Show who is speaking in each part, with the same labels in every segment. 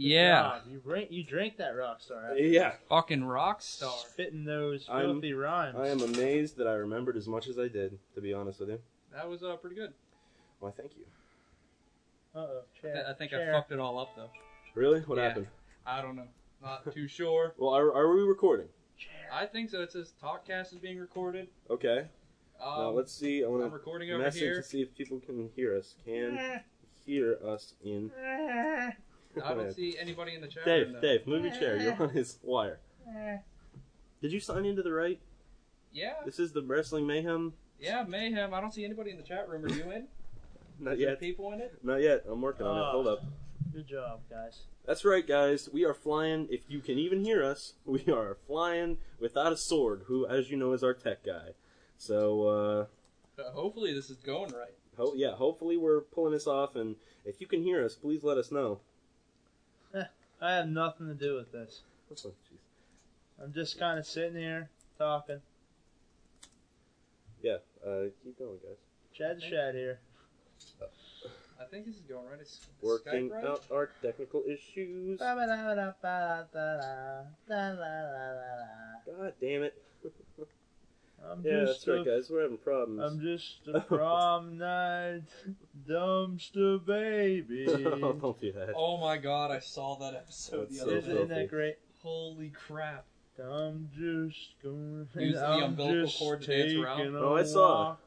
Speaker 1: Yeah,
Speaker 2: God, you, ra- you drank that rock star. after
Speaker 3: Yeah,
Speaker 1: fucking rock star.
Speaker 2: Spitting those
Speaker 3: I'm-
Speaker 2: filthy rhymes.
Speaker 3: I am amazed that I remembered as much as I did. To be honest with you,
Speaker 1: That was uh, pretty good.
Speaker 3: why? Thank you.
Speaker 2: Uh-oh,
Speaker 1: I
Speaker 2: chair.
Speaker 1: th- I think
Speaker 2: chair.
Speaker 1: I fucked it all up though.
Speaker 3: Really? What
Speaker 1: Yeah.
Speaker 3: happened?
Speaker 1: I don't know. Not too sure.
Speaker 3: Well, are, are we recording?
Speaker 2: Chair.
Speaker 1: I think so. It says Talkcast is being recorded.
Speaker 3: Okay.
Speaker 1: Um,
Speaker 3: now let's see. I
Speaker 1: I'm
Speaker 3: want
Speaker 1: recording
Speaker 3: to
Speaker 1: over
Speaker 3: message
Speaker 1: here.
Speaker 3: to see if people can hear us. Can hear us in?
Speaker 1: I don't
Speaker 3: Dave,
Speaker 1: see anybody in the chat room.
Speaker 3: Dave,
Speaker 1: though.
Speaker 3: Dave, move your chair. You're on his wire. Did you sign into the right?
Speaker 1: Yeah,
Speaker 3: This is the Wrestling Mayhem.
Speaker 1: yeah, mayhem. I don't see anybody in the chat room. Are you in?
Speaker 3: Not
Speaker 1: Is there
Speaker 3: yet.
Speaker 1: people in it?
Speaker 3: Not yet. I'm working on it.
Speaker 2: Ah.
Speaker 3: Hold up.
Speaker 2: Good job, guys.
Speaker 3: That's right, guys. We are flying. If you can even hear us, we are flying without a sword, who, as you know, is our tech guy. So, uh,
Speaker 1: Uh, hopefully this is going right.
Speaker 3: ho- yeah, hopefully we're pulling this off. And if you can hear us, please let us know.
Speaker 2: I have nothing to do with this.
Speaker 3: Oh, jeez.
Speaker 2: I'm just kind of sitting here talking.
Speaker 3: Yeah, uh, keep going, guys.
Speaker 2: Chad Shad here.
Speaker 1: I think this is going right. Is, is
Speaker 3: Working
Speaker 1: Skype right? Uh,
Speaker 3: out our technical issues.
Speaker 2: I'm
Speaker 3: God damn it. Yeah,
Speaker 2: just
Speaker 3: that's right,
Speaker 2: a,
Speaker 3: guys. We're having problems.
Speaker 2: I'm just a prom night dumpster baby.
Speaker 3: Don't do that.
Speaker 1: Oh my god! I saw that episode the
Speaker 3: That's
Speaker 1: other
Speaker 3: so
Speaker 1: day.
Speaker 3: filthy.
Speaker 2: Isn't that great?
Speaker 1: Holy crap!
Speaker 2: I'm just going.
Speaker 1: Use the
Speaker 2: I'm
Speaker 1: umbilical
Speaker 2: just
Speaker 1: cord to dance
Speaker 2: taking
Speaker 1: around.
Speaker 2: a
Speaker 3: Oh, I saw.
Speaker 2: walk.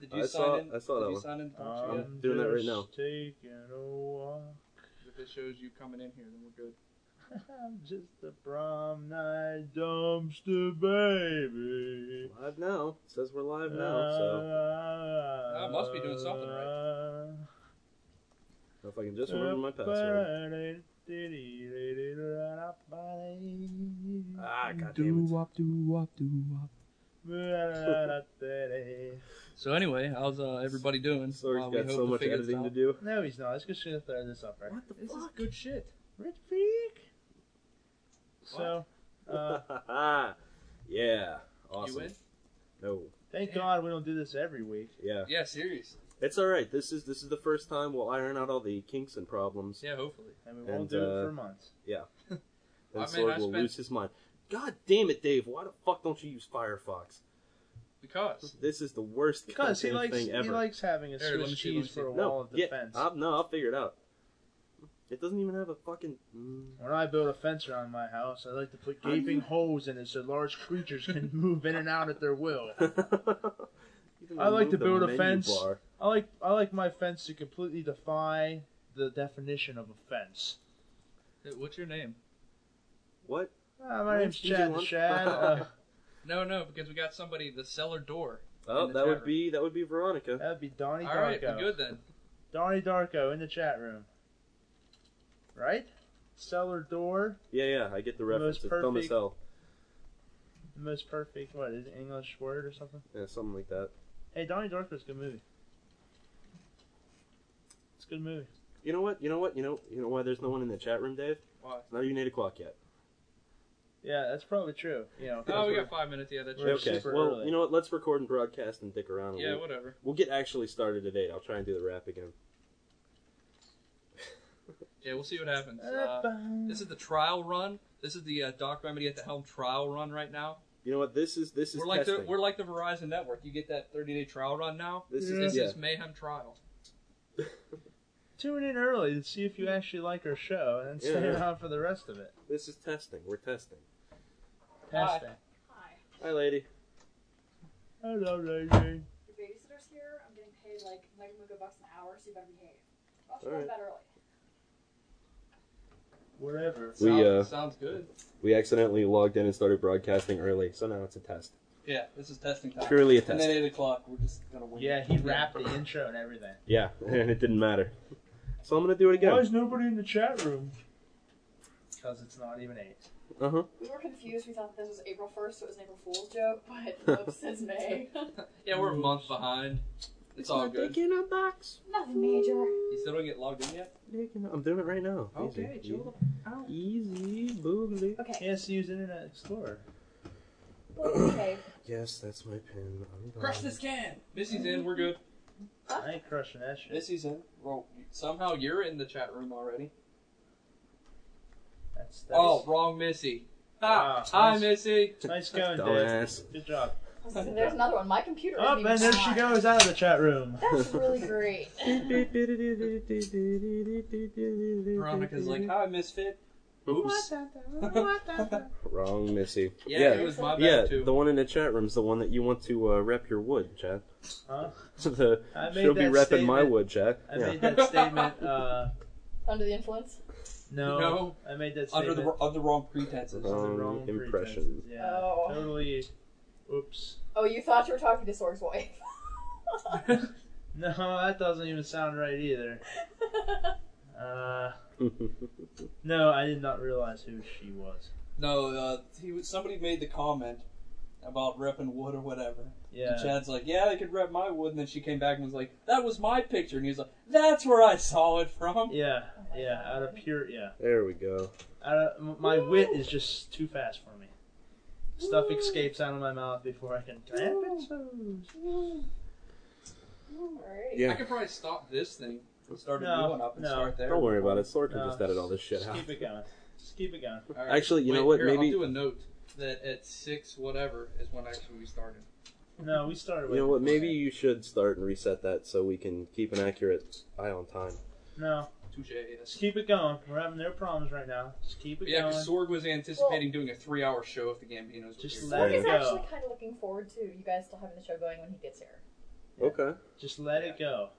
Speaker 1: Did you
Speaker 3: I
Speaker 1: sign
Speaker 3: saw-
Speaker 1: in?
Speaker 3: I saw
Speaker 1: Did
Speaker 3: that
Speaker 1: you
Speaker 3: one.
Speaker 1: sign in? to talk to you?
Speaker 2: I'm
Speaker 3: doing that right
Speaker 2: just
Speaker 3: now.
Speaker 2: Taking a walk.
Speaker 1: If it shows you coming in here, then we're good.
Speaker 2: I'm just a prom night dumpster baby.
Speaker 3: Live now. It says we're live
Speaker 1: Uh,
Speaker 3: now, so.
Speaker 2: I
Speaker 1: must be doing something
Speaker 2: right.
Speaker 3: If I can
Speaker 1: uh,
Speaker 3: just remember my password. Ah, goddamn it.
Speaker 1: So anyway, how's uh, everybody doing?
Speaker 3: Sorry's
Speaker 1: Uh, we
Speaker 3: got
Speaker 1: hope
Speaker 3: so
Speaker 1: to
Speaker 3: much
Speaker 1: figure this
Speaker 3: editing to
Speaker 1: out.
Speaker 3: do.
Speaker 2: No, he's not. Let's just gonna throw this up right.
Speaker 3: What the
Speaker 1: This is
Speaker 3: fuck?
Speaker 1: good shit.
Speaker 2: Rich freak. So, uh,
Speaker 3: yeah. Awesome.
Speaker 1: You win?
Speaker 3: No.
Speaker 2: thank
Speaker 1: Damn.
Speaker 2: God we don't do this every week.
Speaker 3: Yeah.
Speaker 1: Yeah, seriously.
Speaker 3: It's all right. This is this is the first time we'll iron out all the kinks and problems.
Speaker 1: Yeah, hopefully.
Speaker 2: And we won't
Speaker 3: And,
Speaker 2: do
Speaker 3: uh,
Speaker 2: it for months.
Speaker 3: Then
Speaker 1: I mean,
Speaker 3: Sword
Speaker 1: I
Speaker 3: will
Speaker 1: spent-
Speaker 3: lose his mind. God damn it, Dave! Why the fuck don't you use Firefox?
Speaker 1: Because
Speaker 3: This is the worst
Speaker 2: Because he
Speaker 3: goddamn
Speaker 2: likes
Speaker 3: thing
Speaker 2: he
Speaker 3: ever.
Speaker 2: likes having a
Speaker 1: Here, let me
Speaker 2: Swiss
Speaker 1: see, let me
Speaker 2: cheese
Speaker 1: see.
Speaker 2: for a wall
Speaker 3: no,
Speaker 2: of
Speaker 3: yeah,
Speaker 2: defense.
Speaker 3: I'll, no, I'll figure it out. It doesn't even have a fucking. Mm.
Speaker 2: When I build a fence around my house, I like to put gaping holes in it so large creatures can move in and out at their will.
Speaker 3: Even
Speaker 2: I like to
Speaker 3: remove the
Speaker 2: build a
Speaker 3: menu
Speaker 2: fence.
Speaker 3: bar.
Speaker 2: I like I like my fence to completely defy the definition of a fence.
Speaker 1: uh, what's your name?
Speaker 3: What?
Speaker 2: Uh, my name's
Speaker 3: Mine's
Speaker 2: Chad the
Speaker 3: usually
Speaker 2: Shad.
Speaker 3: one.
Speaker 2: Uh,
Speaker 1: No, no, because we got somebody the cellar door.
Speaker 3: Oh,
Speaker 1: the
Speaker 3: that would
Speaker 1: tavern.
Speaker 3: be that would be Veronica.
Speaker 2: that'd be Donnie
Speaker 1: All right,
Speaker 2: Darko.
Speaker 1: we're good then.
Speaker 2: Donnie Darko in the chat room. Right? Cellar door,
Speaker 3: Yeah, yeah, I get the
Speaker 2: Most
Speaker 3: reference. It's dumb as
Speaker 2: perfect-
Speaker 3: hell.
Speaker 2: the most perfect what is it, English word or something?
Speaker 3: Yeah, something like that.
Speaker 2: Hey, Donnie Darko's a good movie. It's a good movie.
Speaker 3: You know what? You know what? You know you know why there's no one in the chat room, Dave?
Speaker 1: Why?
Speaker 3: It's not even eight o'clock yet.
Speaker 2: Yeah, that's probably true. You know, 'cause
Speaker 1: Oh, we
Speaker 2: we're-
Speaker 1: got five minutes. Yeah, that's
Speaker 2: We're
Speaker 1: true.
Speaker 3: okay.
Speaker 2: super
Speaker 3: well,
Speaker 2: early.
Speaker 3: you know what? Let's record and broadcast and dick around. and
Speaker 1: Yeah,
Speaker 3: we'll,
Speaker 1: whatever.
Speaker 3: we'll get actually started at eight. I'll try and do the rap again.
Speaker 1: Yeah, we'll see what happens.
Speaker 3: Eh,
Speaker 1: Uh, this is the trial run. This is the uh, Doc Remedy at the Helm trial run right now.
Speaker 3: You know what? This is this is
Speaker 1: We're like
Speaker 3: testing.
Speaker 1: the, we're like the Verizon network. You get that 30 day trial run now.
Speaker 3: This
Speaker 2: Yeah.
Speaker 3: is
Speaker 1: This
Speaker 3: yeah.
Speaker 1: is Mayhem trial.
Speaker 2: Tune in early to see if you actually like our show, and then stay
Speaker 3: Yeah.
Speaker 2: around for the rest of it.
Speaker 3: this is testing. We're testing.
Speaker 1: Hi.
Speaker 2: Testing.
Speaker 4: Hi,
Speaker 3: Hi, lady.
Speaker 2: Hello, lady.
Speaker 4: your babysitter's here. I'm getting paid like mega mega bucks an hour, so you better behave. I'll show
Speaker 3: Alright.
Speaker 4: that early.
Speaker 2: Whatever.
Speaker 3: We,
Speaker 1: Sounds-
Speaker 3: uh,
Speaker 1: sounds good.
Speaker 3: We accidentally logged in and started broadcasting early, so now it's a test.
Speaker 1: Yeah, this is testing time.
Speaker 3: Purely a
Speaker 1: And
Speaker 3: test.
Speaker 1: then eight o'clock, we're just gonna wait.
Speaker 2: Yeah, he rapped the intro and everything.
Speaker 3: Yeah, and it didn't matter. So I'm gonna do it again.
Speaker 2: is nobody in the chat room? Because it's not even eight.
Speaker 3: Uh huh.
Speaker 4: We were confused. We thought this was April 1st, so it was an April Fool's joke, but whoops, it's May.
Speaker 1: Yeah, we're a month behind. It's all good.
Speaker 3: Dick in a box.
Speaker 4: Nothing major.
Speaker 1: You still don't get logged in yet?
Speaker 3: Dick in a- I'm doing it right now. Easy.
Speaker 1: out.
Speaker 3: Easy boogly.
Speaker 2: He
Speaker 4: Okay.
Speaker 2: has to use Internet Explorer.
Speaker 4: okay.
Speaker 3: Yes, that's my pin. I'm done.
Speaker 1: Crush this can. Missy's in. We're good.
Speaker 2: I ain't crushing that shit.
Speaker 1: Missy's in. Well, somehow you're in the chat room already.
Speaker 2: That's, that's
Speaker 1: Oh, wrong Missy. Ah,
Speaker 2: Wow,
Speaker 1: hi
Speaker 2: nice.
Speaker 1: Missy.
Speaker 2: nice going, Dave.
Speaker 3: Dumbass.
Speaker 2: Good job.
Speaker 1: Okay.
Speaker 5: There's another one. My computer.
Speaker 2: Up
Speaker 5: isn't
Speaker 2: and
Speaker 5: even
Speaker 2: Oh, there she
Speaker 5: on.
Speaker 2: goes out of the chat room.
Speaker 5: That's really great.
Speaker 1: Veronica's like, hi Misfit. Oops.
Speaker 3: Wrong, Missy.
Speaker 1: Yeah,
Speaker 3: Yeah.
Speaker 1: it was my bad
Speaker 3: Yeah,
Speaker 1: too.
Speaker 3: the one in the chat room's the one that you want to uh, rep your wood, Chad.
Speaker 2: Huh?
Speaker 3: the,
Speaker 2: I made
Speaker 3: she'll be
Speaker 2: that
Speaker 3: repping
Speaker 2: statement.
Speaker 3: my wood, Chad.
Speaker 2: I
Speaker 3: yeah.
Speaker 2: made that statement. Uh,
Speaker 5: Under the influence.
Speaker 2: no,
Speaker 1: No.
Speaker 2: I made that statement
Speaker 1: under the under wrong pretenses.
Speaker 2: under the
Speaker 3: Wrong
Speaker 2: wrong
Speaker 3: impression.
Speaker 2: pretenses. Yeah,
Speaker 5: Oh.
Speaker 2: totally. Oops.
Speaker 5: Oh, you thought you were talking to Sorg's wife.
Speaker 3: Oh.
Speaker 2: No, that doesn't even sound right either. Uh, no, I did not realize who she was.
Speaker 1: No, uh, he was, somebody made the comment about repping wood or whatever.
Speaker 2: Yeah.
Speaker 1: And Chad's like, yeah, they could rep my wood. And then she came back and was like, that was my picture. And he was like, that's where I saw it from.
Speaker 2: Yeah, yeah, out of pure, yeah.
Speaker 3: There we go.
Speaker 2: Out of, m- my wit is just too fast for me. Stuff escapes out of my mouth before I can.
Speaker 5: Alright.
Speaker 3: Yeah.
Speaker 1: I could probably stop this thing and start a
Speaker 2: No,
Speaker 1: new one up and
Speaker 2: no.
Speaker 1: start there.
Speaker 3: Don't worry about it. Sorg can
Speaker 2: No,
Speaker 3: just edit all this shit
Speaker 2: Just
Speaker 3: out.
Speaker 2: keep it going. Just keep it going.
Speaker 1: All
Speaker 3: Actually, you
Speaker 1: Wait,
Speaker 3: know what?
Speaker 1: here,
Speaker 3: Maybe
Speaker 1: I'll do a note that at six whatever is when actually we started.
Speaker 2: No, we started
Speaker 3: you
Speaker 2: with.
Speaker 3: know what? Maybe you should start and reset that so we can keep an accurate eye on time.
Speaker 2: No,
Speaker 1: Touche.
Speaker 2: just
Speaker 1: Yes.
Speaker 2: keep it going. We're having no problems right now. Just keep it
Speaker 1: Yeah,
Speaker 2: going.
Speaker 1: because Sorg was anticipating doing a three-hour show if the Gambinos were
Speaker 2: Just
Speaker 1: here.
Speaker 2: let
Speaker 5: Sorg
Speaker 2: it
Speaker 5: is
Speaker 2: go.
Speaker 5: actually kind of looking forward to you guys still having the show going when he gets here,
Speaker 2: Yeah.
Speaker 3: Okay.
Speaker 2: Just let it go.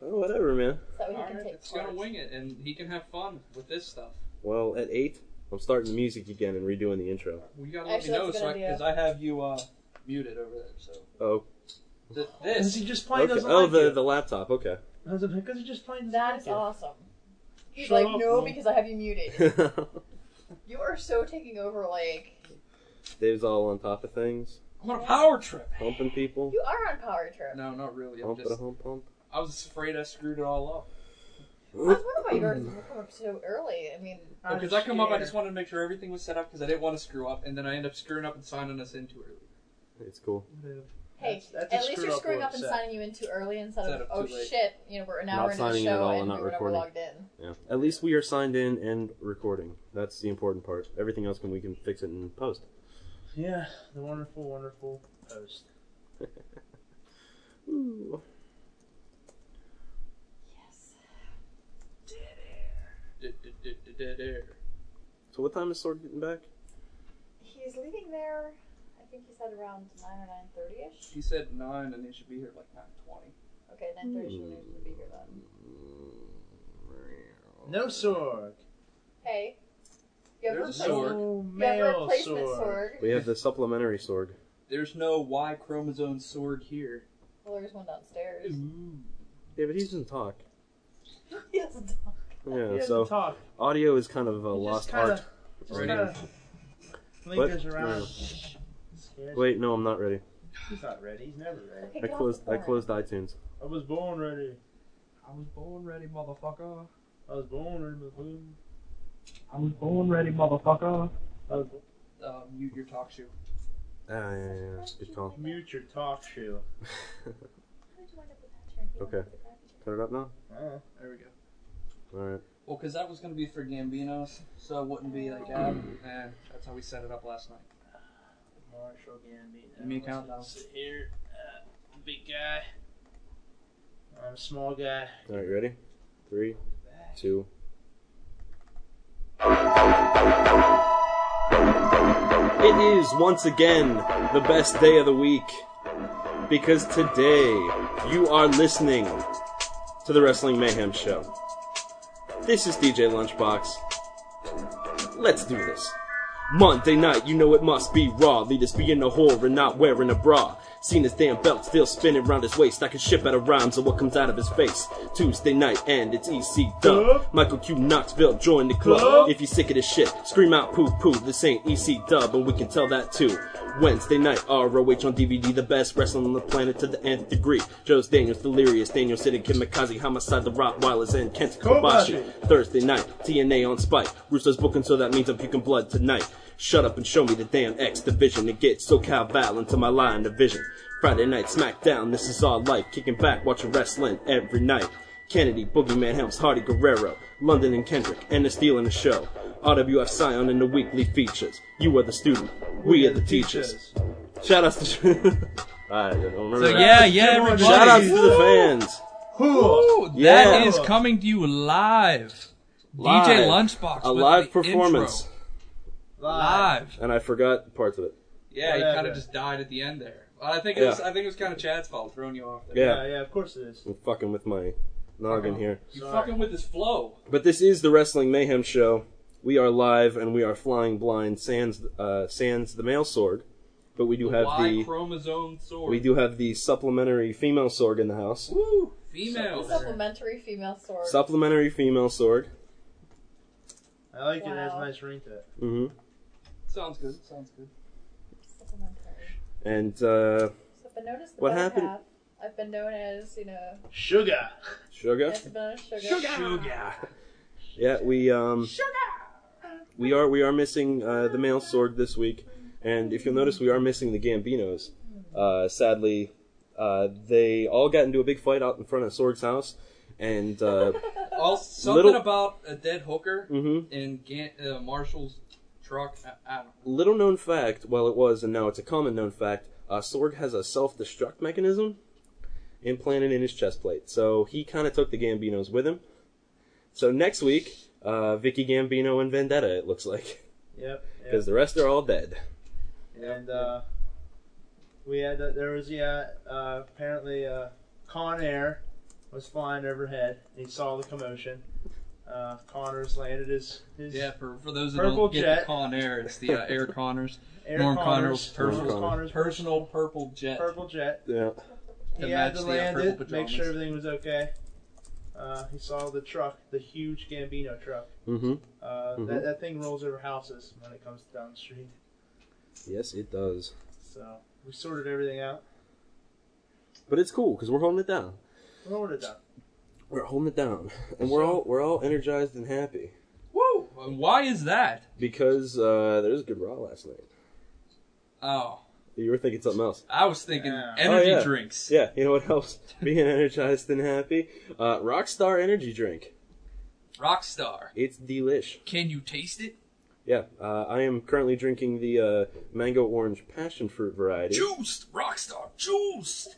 Speaker 3: Oh, whatever, man.
Speaker 5: so that way he
Speaker 1: All
Speaker 5: can
Speaker 1: right,
Speaker 5: take
Speaker 1: it's gonna
Speaker 5: part.
Speaker 1: wing it, and he can have fun with this stuff.
Speaker 3: Well, at eight, I'm starting the music again and redoing the intro.
Speaker 1: We gotta let me
Speaker 5: Actually, that's
Speaker 1: know
Speaker 5: a good
Speaker 1: so
Speaker 5: idea.
Speaker 1: because I have you uh, muted over there. So
Speaker 3: Oh,
Speaker 1: Th-
Speaker 2: Because
Speaker 1: this
Speaker 2: he just plain
Speaker 3: okay.
Speaker 2: doesn't
Speaker 3: oh,
Speaker 2: like
Speaker 3: the
Speaker 2: you.
Speaker 3: the laptop. Okay.
Speaker 2: Because he just plain doesn't
Speaker 5: That
Speaker 2: like
Speaker 5: is
Speaker 2: you.
Speaker 5: awesome. He's
Speaker 2: Shut
Speaker 5: like,
Speaker 2: up,
Speaker 5: no,
Speaker 2: Mom.
Speaker 5: because I have you muted.
Speaker 3: Dave's
Speaker 5: You are so taking over, like,
Speaker 3: all on top of things,
Speaker 1: I'm on a power trip.
Speaker 3: humping people.
Speaker 5: you are on power trip.
Speaker 1: No, not really. I'm
Speaker 3: Hump it,
Speaker 1: just
Speaker 3: hump, hump.
Speaker 1: I was afraid I screwed it all up
Speaker 5: I was wondering why you guys would come up so early. I mean,
Speaker 2: I'm
Speaker 1: because I come up. I
Speaker 2: scared.
Speaker 1: just wanted to make sure everything was set up because I didn't want to screw up, and then I end up screwing up and signing us in too early.
Speaker 3: It's cool.
Speaker 5: hey,
Speaker 2: That's- that's a
Speaker 5: at least you're
Speaker 2: screw-up
Speaker 5: screwing
Speaker 2: we're
Speaker 5: up and
Speaker 2: upset.
Speaker 5: signing you in too early instead
Speaker 1: Instead
Speaker 5: of,
Speaker 1: of
Speaker 5: oh
Speaker 1: too late."
Speaker 5: shit, you know, we're an
Speaker 3: Not
Speaker 5: hour into the
Speaker 3: signing in at all
Speaker 5: show
Speaker 3: and
Speaker 5: and
Speaker 3: not
Speaker 5: we were never
Speaker 3: recording.
Speaker 5: logged in.
Speaker 3: Yeah. At least we are signed in and recording. That's the important part. Everything else can we can fix it in post.
Speaker 2: Yeah, the wonderful, wonderful post.
Speaker 3: Ooh.
Speaker 5: Yes.
Speaker 1: Dead air.
Speaker 3: So what time is Sword getting back?
Speaker 5: He's leaving there, I think he said around 9 or 9.30ish.
Speaker 1: He said nine, and he should be here at like nine twenty.
Speaker 5: Okay, 9.30 should usually be here then.
Speaker 2: No Sorg.
Speaker 5: Hey, you have, a
Speaker 1: There's a
Speaker 5: replacement-
Speaker 1: sword.
Speaker 2: No
Speaker 5: you have a
Speaker 2: male
Speaker 5: replacement
Speaker 2: Sorg.
Speaker 5: sword.
Speaker 3: We have the supplementary sword.
Speaker 1: There's no Y chromosome sword here.
Speaker 5: Well, there's one downstairs.
Speaker 3: Yeah, but he doesn't talk.
Speaker 5: he doesn't talk.
Speaker 3: Yeah,
Speaker 2: He doesn't
Speaker 3: so
Speaker 2: talk.
Speaker 3: audio is kind of a
Speaker 2: He
Speaker 3: lost
Speaker 2: just kinda,
Speaker 3: art.
Speaker 2: Just
Speaker 1: Right.
Speaker 2: kinda lingers around.
Speaker 3: No.
Speaker 2: Scares
Speaker 3: Wait, no, I'm not ready.
Speaker 2: He's not ready. He's never ready.
Speaker 5: Okay,
Speaker 3: I
Speaker 5: get off
Speaker 3: closed.
Speaker 5: the
Speaker 3: I
Speaker 5: phone.
Speaker 3: closed iTunes.
Speaker 2: I was born ready.
Speaker 1: I was born ready, motherfucker.
Speaker 2: I was born ready. my boo.
Speaker 1: I was born ready, motherfucker.
Speaker 2: I
Speaker 3: Oh,
Speaker 2: was born-
Speaker 1: Uh, mute your talk shoe.
Speaker 3: Ah, yeah, yeah, yeah, that's a Good call.
Speaker 2: Mute your talk shoe.
Speaker 4: How did you end up with that turn?
Speaker 3: Okay. Cut it up now.
Speaker 2: Oh.
Speaker 1: There we go.
Speaker 3: All right.
Speaker 1: Well, because that was going to be for Gambinos, so it wouldn't be like that. Eh, that's how we set it up last night.
Speaker 2: Marshall Gambino.
Speaker 1: Give me a
Speaker 2: Let's
Speaker 1: countdown.
Speaker 2: Sit here. Uh, big guy. I'm a small guy.
Speaker 3: All right. Ready? Three, two. It is once again the best day of the week because today you are listening to the Wrestling Mayhem Show. This is DJ Lunchbox. Let's do this. Monday night, you know it must be raw. Leaders being a whore and not wearing a bra. Seen his damn belt still spinning round his waist. I can ship out of rhymes or what comes out of his face. Tuesday night and it's EC Dub. Michael Q Knoxville join the club. If you're sick of this shit, scream out poo poo. This ain't E EC Dub and we can tell that too. Wednesday night, ROH on DVD, the best wrestling on the planet to the nth degree. Joe's Daniels, Delirious, Daniel City, Kimikaze, Homicide, The Rottweilers, and Kenta Kobashi. Thursday night, TNA on Spike. Russo's booking, so that means I'm puking blood tonight. Shut up and show me the damn X division and get SoCal Val into my line of vision. Friday night, SmackDown, this is all life. Kicking back, watching wrestling every night. Kennedy, Boogeyman Helms, Hardy, Guerrero, London and Kendrick, and the Steel in the Show. RWF Scion in the weekly features. You are the student. We are the teachers. Shout outs to. I don't remember.
Speaker 1: So
Speaker 3: that.
Speaker 1: yeah, yeah, everybody.
Speaker 3: Shout outs to the fans.
Speaker 2: Who?
Speaker 1: Ooh, that
Speaker 3: Yeah.
Speaker 1: is coming to you live. DJ
Speaker 3: Live.
Speaker 1: Lunchbox.
Speaker 3: A
Speaker 1: with
Speaker 3: live
Speaker 1: the
Speaker 3: performance.
Speaker 1: intro.
Speaker 2: Live.
Speaker 1: Live.
Speaker 3: And I forgot parts of it.
Speaker 1: Yeah, he
Speaker 2: Whatever.
Speaker 1: kind of just died at the end there. Well, I think it
Speaker 3: Yeah.
Speaker 1: was. I think it was kind of Chad's fault throwing you off. There.
Speaker 3: Yeah.
Speaker 2: Yeah, yeah, of course it is.
Speaker 3: I'm fucking with my noggin here.
Speaker 1: You
Speaker 2: Sorry.
Speaker 1: fucking with this flow.
Speaker 3: But this is the Wrestling Mayhem Show. We are live and we are flying blind. Sans, uh, sans the male sword, but we do have
Speaker 1: Y
Speaker 3: the
Speaker 1: chromosome sword.
Speaker 3: we do have the supplementary female sword in the house.
Speaker 1: Woo!
Speaker 5: The
Speaker 1: Females.
Speaker 5: Supplementary female sword.
Speaker 3: Supplementary female sword.
Speaker 2: I like it. It has a
Speaker 5: Wow.
Speaker 2: nice ring to it.
Speaker 3: hmm
Speaker 1: Sounds good. Sounds good.
Speaker 5: Supplementary.
Speaker 3: And uh,
Speaker 5: So, but notice the
Speaker 3: What
Speaker 5: better
Speaker 3: happened-
Speaker 5: half, I've been known as, you know,
Speaker 2: Sugar.
Speaker 3: sugar.
Speaker 5: as banana sugar.
Speaker 1: Sugar.
Speaker 3: Yeah, we um
Speaker 4: Sugar!
Speaker 3: we are we are missing uh, the male sword this week, and if you'll notice, we are missing the Gambinos. Uh, sadly, uh, they all got into a big fight out in front of Sword's house, and
Speaker 5: Ah.
Speaker 3: uh,
Speaker 1: All, something
Speaker 3: Little-
Speaker 1: about a dead hooker
Speaker 3: mhm.
Speaker 1: in Gan- uh, Marshall's truck. I, I don't know.
Speaker 3: little known fact, well, it was, and now it's a common known fact. Uh, Sorg has a self-destruct mechanism implanted in his chest plate, so he kind of took the Gambinos with him. So next week, uh, Vicky Gambino and Vendetta, it looks like,
Speaker 2: Yep. yep.
Speaker 3: because the rest are all dead.
Speaker 2: and uh, we had that there was yeah uh, apparently uh, Con Air was flying overhead. He saw the commotion. Uh, Connors landed his his
Speaker 1: Yeah, for, for those that
Speaker 2: Purple
Speaker 1: don't get
Speaker 2: jet.
Speaker 1: the Con Air, it's the uh, Air Connors.
Speaker 2: Air
Speaker 1: Norm Connors'
Speaker 2: Connors,
Speaker 3: personal-
Speaker 2: Connors
Speaker 1: Personal purple jet.
Speaker 2: purple jet.
Speaker 3: Yeah.
Speaker 1: To
Speaker 2: He had
Speaker 1: match
Speaker 2: to
Speaker 1: the, uh,
Speaker 2: land
Speaker 1: purple
Speaker 2: it, make sure
Speaker 1: pajamas.
Speaker 2: everything was okay. Uh, he saw the truck, the huge Gambino truck.
Speaker 3: Mm-hmm.
Speaker 2: Uh,
Speaker 3: Mhm.
Speaker 2: that, that thing rolls over houses when it comes down the street.
Speaker 3: Yes, it does.
Speaker 2: So we sorted everything out.
Speaker 3: But it's cool because we're holding it down.
Speaker 2: What would it done?
Speaker 3: We're holding it down, and we're all we're all energized and happy
Speaker 1: Woo! And why is that?
Speaker 3: because uh, there was a good Raw last night.
Speaker 1: Oh,
Speaker 3: You were thinking something else.
Speaker 1: I was thinking
Speaker 2: Yeah.
Speaker 1: energy
Speaker 3: Oh, yeah.
Speaker 1: drinks.
Speaker 3: Yeah, you know what helps being energized and happy? Uh, Rockstar Energy Drink.
Speaker 1: Rockstar.
Speaker 3: It's delish.
Speaker 1: Can you taste it?
Speaker 3: Yeah, uh, I am currently drinking the uh, mango orange passion fruit variety.
Speaker 1: Juiced! Rockstar juiced!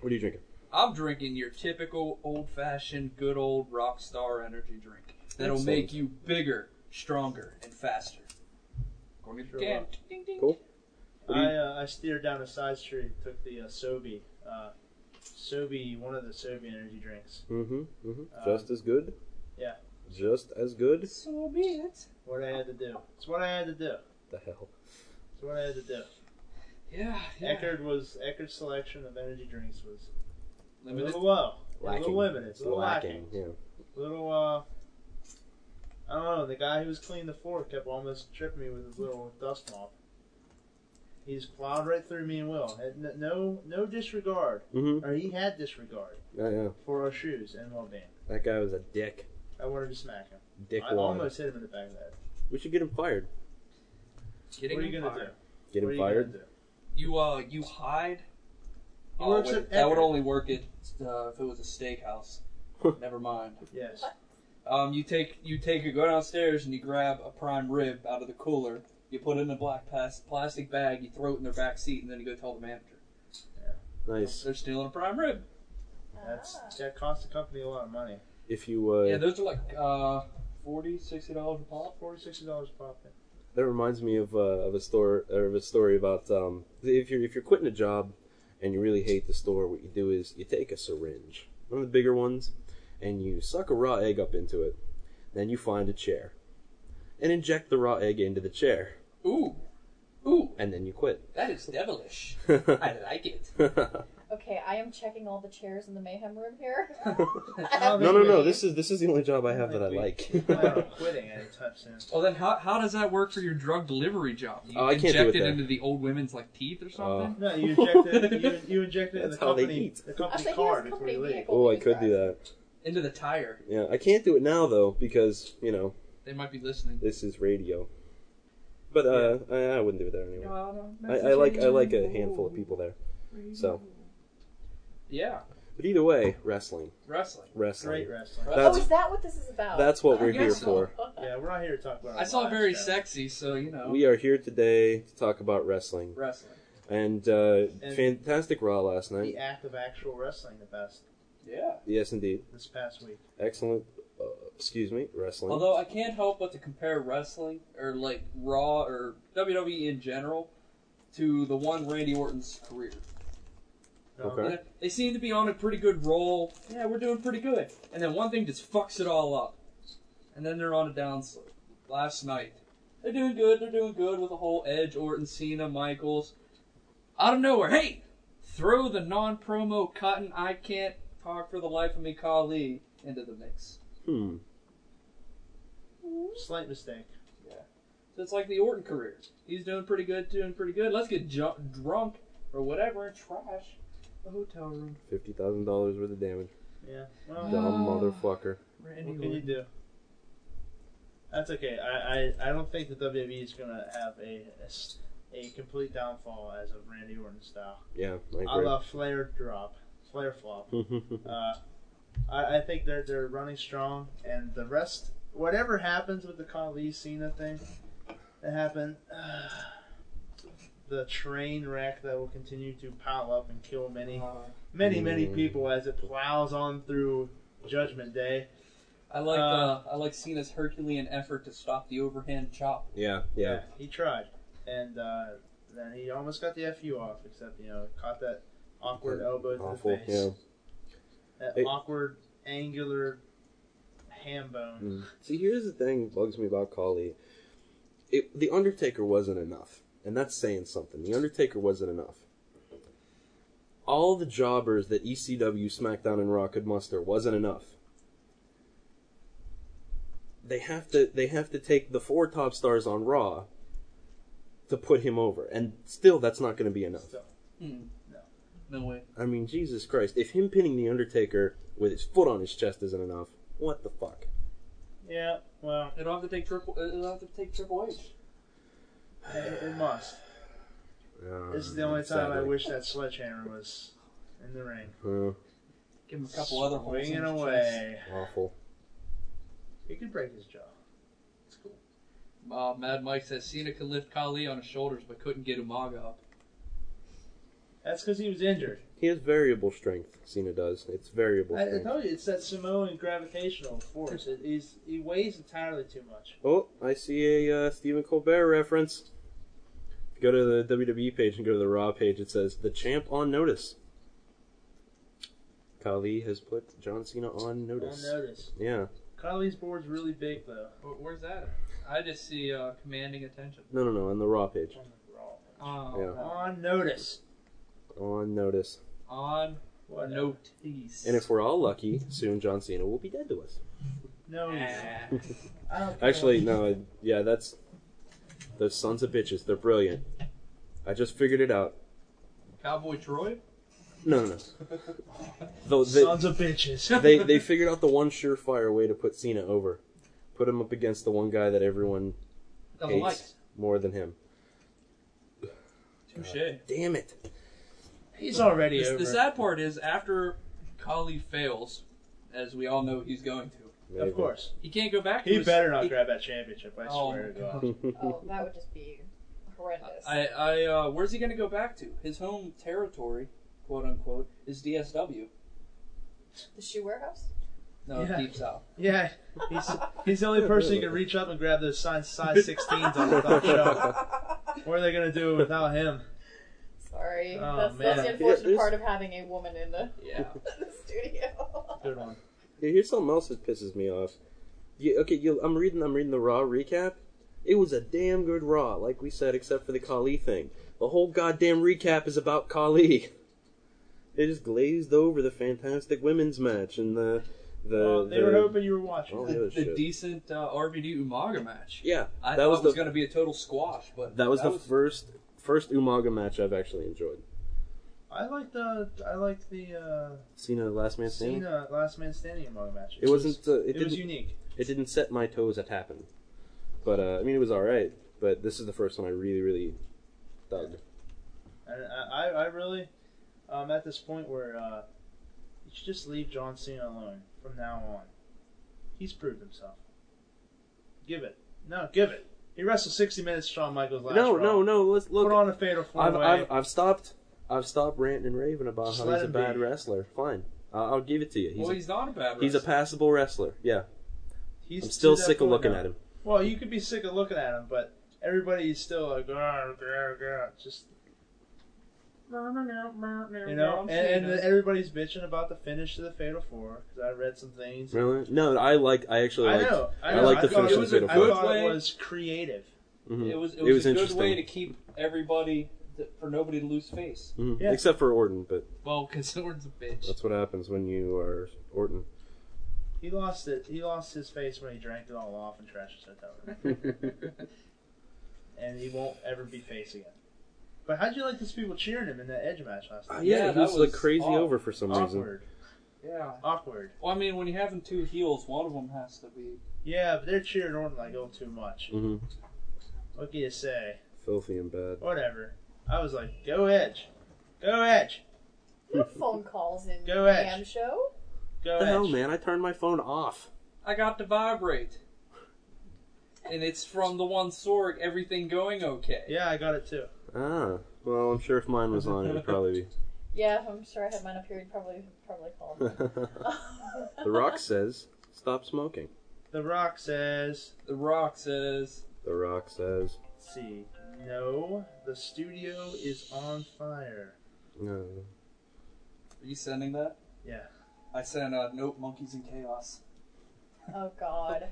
Speaker 3: What are you drinking?
Speaker 1: I'm drinking your typical old fashioned, good old Rockstar energy drink that'll
Speaker 3: Excellent.
Speaker 1: make you bigger, stronger, and faster. Going to the
Speaker 2: Sure
Speaker 1: can.
Speaker 2: will.
Speaker 1: Ding, ding.
Speaker 3: Cool. What do you-
Speaker 2: I, uh, I steered down a side street, took the uh, Sobe, uh, Sobe, one of the Sobe energy drinks.
Speaker 3: Mm-hmm. mm-hmm.
Speaker 2: Uh,
Speaker 3: Just as good.
Speaker 2: yeah.
Speaker 3: Just as good.
Speaker 1: So be it.
Speaker 2: What I had to do. It's what I had to do.
Speaker 3: The hell.
Speaker 2: It's what I had to do.
Speaker 1: Yeah. yeah.
Speaker 2: Eckerd was Eckerd's selection of energy drinks was a
Speaker 1: Limited.
Speaker 2: little low, a little limited, a little lacking,
Speaker 3: Yeah.
Speaker 2: a little uh. I don't know. The guy who was cleaning the floor kept almost tripping me with his little dust mop. He's plowed right through me and Will. Had n- no, no disregard,
Speaker 3: Mm-hmm.
Speaker 2: or he had disregard
Speaker 3: Yeah, yeah.
Speaker 2: for our shoes and well-being.
Speaker 3: That guy was a dick.
Speaker 2: I wanted to smack him.
Speaker 3: Dick
Speaker 2: I almost hit him in the back of the head.
Speaker 3: We should get him fired.
Speaker 1: Getting
Speaker 2: what are you
Speaker 1: him
Speaker 2: gonna
Speaker 1: fired.
Speaker 2: do?
Speaker 3: Get him
Speaker 2: What are you
Speaker 3: fired.
Speaker 2: gonna do?
Speaker 1: You uh, you hide.
Speaker 2: He
Speaker 1: Oh,
Speaker 2: works
Speaker 1: wait,
Speaker 2: at
Speaker 1: that would
Speaker 2: Eckerd.
Speaker 1: only work at uh, if it was a steakhouse. Never mind.
Speaker 2: Yes.
Speaker 1: Um, you take you take you go downstairs and you grab a prime rib out of the cooler. You put it in a black pas- plastic bag. You throw it in their back seat, and then you go tell the manager
Speaker 3: Nice.
Speaker 1: they're stealing a prime rib.
Speaker 2: That's
Speaker 5: Ah.
Speaker 2: that cost the company a lot of money.
Speaker 3: If you uh,
Speaker 1: Yeah, those are like uh, 40 dollars a pop.
Speaker 2: Forty sixty dollars profit.
Speaker 3: That reminds me of uh, of a store or of a story about um, if you're if you're quitting a job and you really hate the store, what you do is you take a syringe, one of the bigger ones, and you suck a raw egg up into it. Then you find a chair, and inject the raw egg into the chair,
Speaker 1: Ooh, ooh,
Speaker 3: and then you quit.
Speaker 1: that is devilish. I like it.
Speaker 5: Okay, I am checking all the chairs in the mayhem room here.
Speaker 3: no, no, no. This is this is the only job I have that I like.
Speaker 2: Plan on quitting anytime soon.
Speaker 1: Well, Oh, then how, how does that work for your drug delivery job? You
Speaker 3: Oh, I can't do
Speaker 1: inject
Speaker 3: it
Speaker 1: it
Speaker 3: there.
Speaker 1: into the old women's like teeth or something.
Speaker 2: No, you injected you, you injected in the
Speaker 3: That's how they
Speaker 2: company
Speaker 3: eat.
Speaker 2: the
Speaker 5: I
Speaker 2: company
Speaker 5: think
Speaker 2: car
Speaker 5: he has a
Speaker 2: before
Speaker 5: company
Speaker 2: you leave.
Speaker 5: vehicle.
Speaker 3: oh, I
Speaker 5: to
Speaker 3: could do
Speaker 5: drive.
Speaker 3: that.
Speaker 1: Into the tire.
Speaker 3: Yeah, I can't do it now though because you know
Speaker 1: They might be listening.
Speaker 3: this is radio. But uh, I, I wouldn't do it there anyway. I,
Speaker 1: I,
Speaker 3: I like I like a handful of people there. So
Speaker 1: Yeah.
Speaker 3: But either way, wrestling,
Speaker 1: Wrestling.
Speaker 3: wrestling.
Speaker 2: Great wrestling.
Speaker 5: Oh,
Speaker 3: That's
Speaker 5: is that what this is about?
Speaker 3: that's what
Speaker 1: I
Speaker 3: we're here
Speaker 1: guess so.
Speaker 3: for.
Speaker 2: Yeah, we're not here to talk about.
Speaker 1: I
Speaker 2: our
Speaker 1: saw
Speaker 2: lives,
Speaker 1: very
Speaker 2: Kevin.
Speaker 1: sexy, so you know.
Speaker 3: We are here today to talk about wrestling
Speaker 1: wrestling.
Speaker 3: and, uh,
Speaker 2: And-
Speaker 3: fantastic Raw last night.
Speaker 2: The act of actual wrestling, the best
Speaker 1: Yeah.
Speaker 3: Yes, indeed.
Speaker 2: this past week.
Speaker 3: Excellent. Uh, excuse me, wrestling.
Speaker 1: Although I can't help but to compare wrestling or like Raw or WWE in general to the one Randy Orton's career.
Speaker 2: No,
Speaker 3: Okay.
Speaker 1: You know, they seem to be on a pretty good roll. Yeah, we're doing pretty good. And then one thing just fucks it all up. And then they're on a downslope. Last night. They're doing good, they're doing good with the whole Edge, Orton, Cena, Michaels. Out of nowhere, hey! Throw the non promo cotton I can't talk for the life of me Kali into the mix.
Speaker 3: hmm.
Speaker 2: Slight mistake.
Speaker 1: So it's like the Orton career. He's doing pretty good, doing pretty good. Let's get ju- drunk or whatever and trash the hotel room.
Speaker 3: Fifty thousand dollars worth of damage.
Speaker 2: Yeah. Well,
Speaker 1: Ah.
Speaker 3: Dumb motherfucker.
Speaker 1: Randy
Speaker 2: what can you
Speaker 1: Orton.
Speaker 2: do? That's okay. I, I, I don't think the WWE is gonna have a, a s- a complete downfall as of Randy Orton style.
Speaker 3: Yeah,
Speaker 2: I
Speaker 3: I
Speaker 2: love flare drop, flare flop.
Speaker 3: agree.
Speaker 2: Uh, I, I think they're they're running strong, and the rest, whatever happens with the Khali Cena thing, that happened, uh, the train wreck that will continue to pile up and kill many,
Speaker 1: Uh,
Speaker 2: many, many
Speaker 3: Mm.
Speaker 2: people as it plows on through Judgment Day.
Speaker 1: I like
Speaker 2: Uh,
Speaker 1: uh, I like Cena's Herculean effort to stop the overhand chop.
Speaker 3: yeah, yeah.
Speaker 2: he tried, and uh, then he almost got the fu off, except you know caught that awkward elbow to
Speaker 3: Awful.
Speaker 2: the face,
Speaker 3: Yeah.
Speaker 2: that
Speaker 3: It-
Speaker 2: awkward angular ham bone.
Speaker 3: Mm. See, here's the thing that bugs me about Kali. It, the Undertaker wasn't enough, and that's saying something. The Undertaker wasn't enough. All the jobbers that ECW, SmackDown, and Raw could muster wasn't enough. They have to they have to take the four top stars on Raw to put him over, and still that's not going to be enough.
Speaker 2: So,
Speaker 1: Hmm.
Speaker 2: No.
Speaker 1: No way.
Speaker 3: I mean, Jesus Christ! If him pinning the Undertaker with his foot on his chest isn't enough, what the fuck?
Speaker 2: yeah, well,
Speaker 1: It'll have to take triple. uh, It'll have to take Triple H.
Speaker 2: it, it must.
Speaker 3: Uh,
Speaker 2: This is the only time I
Speaker 3: sadly.
Speaker 2: wish that sledgehammer was in the ring.
Speaker 3: Uh,
Speaker 1: Give him a couple other holes.
Speaker 2: Swinging
Speaker 1: in his chest.
Speaker 2: away,
Speaker 3: Awful.
Speaker 2: he could break his jaw. It's cool.
Speaker 1: Uh, Mad Mike says Cena could lift Kali on his shoulders, but couldn't get Umaga up.
Speaker 2: That's because he was injured.
Speaker 3: He has variable strength. Cena does. It's variable
Speaker 2: I, I
Speaker 3: strength.
Speaker 2: told you, it's that Samoan gravitational force. It, he's, he weighs entirely too much.
Speaker 3: oh, I see a uh, Stephen Colbert reference. If you Go to the WWE page and go to the Raw page. It says the champ on notice. Kali has put John Cena on notice.
Speaker 2: Don't notice.
Speaker 3: Yeah.
Speaker 2: Kylie's board's really big though.
Speaker 1: Wh- Where's that? I just see uh, commanding attention.
Speaker 3: No, no, no. On the Raw page.
Speaker 2: On the Raw.
Speaker 1: Um,
Speaker 2: On notice.
Speaker 3: On notice.
Speaker 1: On
Speaker 2: What?
Speaker 1: notice.
Speaker 3: And if we're all lucky, soon John Cena will be dead to us.
Speaker 2: No. he's not.
Speaker 1: Ah.
Speaker 2: I don't care.
Speaker 3: Actually, no. I- Yeah, that's those sons of bitches. They're brilliant. I just figured it out.
Speaker 1: Cowboy Troy.
Speaker 3: No, no, no. Though they-
Speaker 2: Sons of bitches.
Speaker 3: they they figured out the one surefire way to put Cena over. Put him up against the one guy that everyone
Speaker 1: Doesn't
Speaker 3: hates
Speaker 1: like.
Speaker 3: more than him.
Speaker 1: Touche.
Speaker 3: Damn it.
Speaker 2: He's already
Speaker 1: The,
Speaker 2: over.
Speaker 1: the sad part is after Kali fails, as we all know he's going to,
Speaker 3: Maybe.
Speaker 2: Of course.
Speaker 1: he can't go back. to
Speaker 2: He
Speaker 1: his-
Speaker 2: better not
Speaker 1: he-
Speaker 2: grab that championship. I
Speaker 1: Oh,
Speaker 2: swear to
Speaker 1: my
Speaker 2: God.
Speaker 1: God.
Speaker 5: Oh, that would just be horrendous.
Speaker 1: I, I, uh, where's he going to go back to? His home territory, quote unquote, is DSW.
Speaker 5: the shoe warehouse?
Speaker 1: No,
Speaker 2: Yeah.
Speaker 1: deep south.
Speaker 2: Yeah, he's he's the only person who can reach up and grab those size size 16s on the top shelf. What are they gonna do without him?
Speaker 5: Sorry.
Speaker 2: Oh,
Speaker 5: that's, that's
Speaker 2: man.
Speaker 5: the unfortunate
Speaker 3: Yeah,
Speaker 5: part of having a woman in the,
Speaker 1: Yeah.
Speaker 5: the studio.
Speaker 2: Good one.
Speaker 3: Yeah, here's something else that pisses me off. You, okay, you, I'm reading I'm reading the Raw recap. It was a damn good Raw, like we said, except for the Kali thing. The whole goddamn recap is about Kali. They just glazed over the fantastic women's match and the the.
Speaker 2: Well, they
Speaker 3: the-
Speaker 2: were hoping you were watching.
Speaker 3: Oh,
Speaker 1: The,
Speaker 3: yeah,
Speaker 1: the
Speaker 3: shit.
Speaker 1: decent uh, RVD Umaga match.
Speaker 3: yeah,
Speaker 1: I
Speaker 3: that
Speaker 1: thought
Speaker 3: was
Speaker 1: it was
Speaker 3: the
Speaker 1: going to be a total squash, but
Speaker 3: that was the first first Umaga match I've actually enjoyed.
Speaker 2: I like the I like the
Speaker 3: Cena last
Speaker 2: uh,
Speaker 3: man standing.
Speaker 2: Cena last man standing among the matches.
Speaker 3: It wasn't. Uh,
Speaker 2: It,
Speaker 3: it,
Speaker 2: was
Speaker 3: didn't.
Speaker 2: unique.
Speaker 3: It didn't set my toes a tapping. But uh, I mean, it was all right. But this is the first one I really, really dug.
Speaker 2: And I, I, I really, um, at this point where uh, You should just leave John Cena alone from now on. He's proved himself. Give it. No, give it. He wrestled 60 minutes, Shawn Michaels last
Speaker 3: no,
Speaker 2: Raw.
Speaker 3: no, no. Let's
Speaker 2: Put
Speaker 3: look.
Speaker 2: on a fatal four
Speaker 3: I've,
Speaker 2: way.
Speaker 3: I've, I've stopped. I've stopped ranting and raving about
Speaker 2: Just
Speaker 3: how
Speaker 2: let
Speaker 3: he's a
Speaker 2: him
Speaker 3: bad
Speaker 2: be.
Speaker 3: wrestler. Fine, I'll, I'll give it to you. He's
Speaker 1: well,
Speaker 3: a,
Speaker 1: he's not a bad
Speaker 3: he's a
Speaker 1: wrestler.
Speaker 3: passable wrestler. Yeah,
Speaker 2: He's
Speaker 3: I'm still
Speaker 2: to that
Speaker 3: sick of
Speaker 2: point
Speaker 3: looking
Speaker 2: now.
Speaker 3: at him.
Speaker 2: Well, you could be sick of looking at him, but everybody is still like, grr, grr, grr. Just, you know? And, and then everybody's bitching about the finish to the fatal four, because I read some things.
Speaker 3: Really? No, I like. I actually
Speaker 2: I
Speaker 3: like.
Speaker 2: know. I,
Speaker 3: I
Speaker 2: know.
Speaker 3: like the
Speaker 2: thought
Speaker 1: finish
Speaker 2: it
Speaker 1: of
Speaker 2: was
Speaker 1: the
Speaker 2: a-
Speaker 1: Fatal
Speaker 2: I
Speaker 1: Four.
Speaker 2: thought it
Speaker 1: Good way.
Speaker 2: was creative.
Speaker 3: mhm.
Speaker 1: It was it
Speaker 3: It
Speaker 1: was,
Speaker 3: was
Speaker 1: a good
Speaker 3: interesting.
Speaker 1: way to keep everybody th- for nobody to lose face.
Speaker 3: Mhm.
Speaker 2: Yeah.
Speaker 3: Except for Orton, but
Speaker 1: Well, because Orton's a bitch.
Speaker 3: that's what happens when you are Orton.
Speaker 2: He lost it. He lost his face when he drank it all off and trashed his hotel room, and he won't ever be face again. But how'd you like those people cheering him in that edge match last
Speaker 3: Uh,
Speaker 2: night?
Speaker 1: Yeah,
Speaker 3: yeah, he
Speaker 1: that
Speaker 3: was, like
Speaker 1: was
Speaker 3: crazy
Speaker 1: odd.
Speaker 3: over for some reason.
Speaker 2: Awkward.
Speaker 1: yeah.
Speaker 2: Awkward.
Speaker 1: Well, I mean, when you're having two heels, one of them has to be.
Speaker 2: Yeah, but they're cheering Orton like oh too much.
Speaker 3: hmm
Speaker 2: What can you say?
Speaker 3: Filthy and bad.
Speaker 2: Whatever. I was like, go edge, go edge,
Speaker 5: No phone calls in
Speaker 2: Go at
Speaker 5: damn
Speaker 2: you.
Speaker 5: show.
Speaker 2: go
Speaker 3: What the
Speaker 2: edge.
Speaker 3: hell, man? I turned my phone off.
Speaker 1: I got to vibrate, and it's from the one Sorg. Everything going okay?
Speaker 2: Yeah, I got it too.
Speaker 3: Ah, well, I'm sure if mine was on, it would probably be.
Speaker 5: Yeah, I'm sure I had mine up here. You'd probably probably called. me.
Speaker 3: the Rock says, "Stop smoking."
Speaker 2: The Rock says,
Speaker 1: The Rock says,
Speaker 3: The Rock says,
Speaker 2: let's "See, no, the studio is on fire."
Speaker 3: "No."
Speaker 1: "Are you sending that?"
Speaker 2: Yeah.
Speaker 1: I sent uh, note monkeys in chaos.
Speaker 5: Oh God.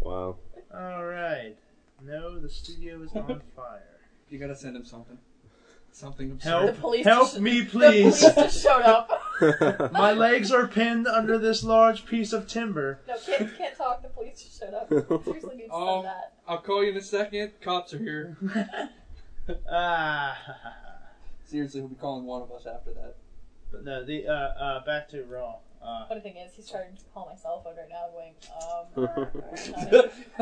Speaker 3: Wow.
Speaker 2: All right. No, the studio is on fire.
Speaker 1: You gotta send him something. Something absurd.
Speaker 5: The
Speaker 2: Help!
Speaker 5: police
Speaker 2: Help
Speaker 5: just-
Speaker 2: me,
Speaker 5: The
Speaker 2: please!
Speaker 5: police just showed up.
Speaker 2: My legs are pinned under this large piece of timber.
Speaker 5: No, can't, can't talk. The police just showed up. Seriously, need to
Speaker 1: Oh.
Speaker 5: send that.
Speaker 1: I'll call you in a second. Cops are here.
Speaker 2: ah.
Speaker 1: Seriously, he'll be calling one of us after that.
Speaker 2: But no, the uh, uh, back to Raw. Uh,
Speaker 5: Funny thing is, he's trying to call my cell phone right now, going, um.
Speaker 1: Yeah,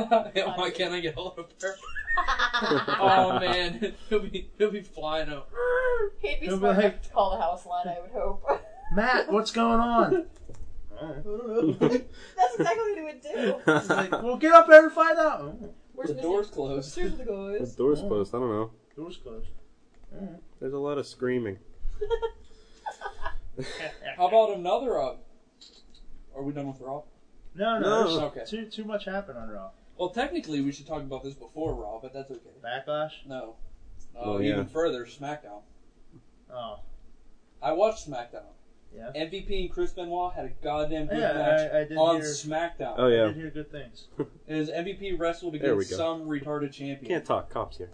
Speaker 1: Why can't I get hold of her?
Speaker 5: um,
Speaker 1: Oh man, he'll be he'll be flying up.
Speaker 5: He'd be
Speaker 2: He'll be
Speaker 5: smart
Speaker 2: like-
Speaker 5: enough to call the house line, I would hope.
Speaker 2: Matt, what's going on? Oh.
Speaker 5: That's exactly what he would do.
Speaker 2: It's like, well, get up there and find out. Oh,
Speaker 5: Where's
Speaker 1: The
Speaker 5: Mr.
Speaker 1: door's closed.
Speaker 5: Seriously, the
Speaker 3: the
Speaker 5: guys.
Speaker 3: door's closed. I don't know.
Speaker 2: door's closed.
Speaker 3: There's a lot of screaming.
Speaker 1: How about another uh Are we done with Raw?
Speaker 2: No,
Speaker 3: No.
Speaker 2: no, there's
Speaker 1: Okay.
Speaker 2: too too much happened on Raw.
Speaker 1: Well, technically, we should talk about this before Raw, but that's okay.
Speaker 2: Backlash.
Speaker 1: No.
Speaker 3: Oh,
Speaker 1: Oh,
Speaker 3: yeah.
Speaker 1: even further, SmackDown.
Speaker 2: Oh,
Speaker 1: I watched SmackDown.
Speaker 2: Yeah.
Speaker 1: MVP and Chris Benoit had a goddamn good
Speaker 2: Yeah,
Speaker 1: match
Speaker 2: I- I did
Speaker 1: on
Speaker 2: hear-
Speaker 1: SmackDown.
Speaker 3: Oh
Speaker 2: I
Speaker 3: yeah.
Speaker 2: did hear good things.
Speaker 1: And his MVP wrestled
Speaker 3: There we
Speaker 1: against
Speaker 3: go.
Speaker 1: some retarded champion.
Speaker 3: Can't talk. Cops here.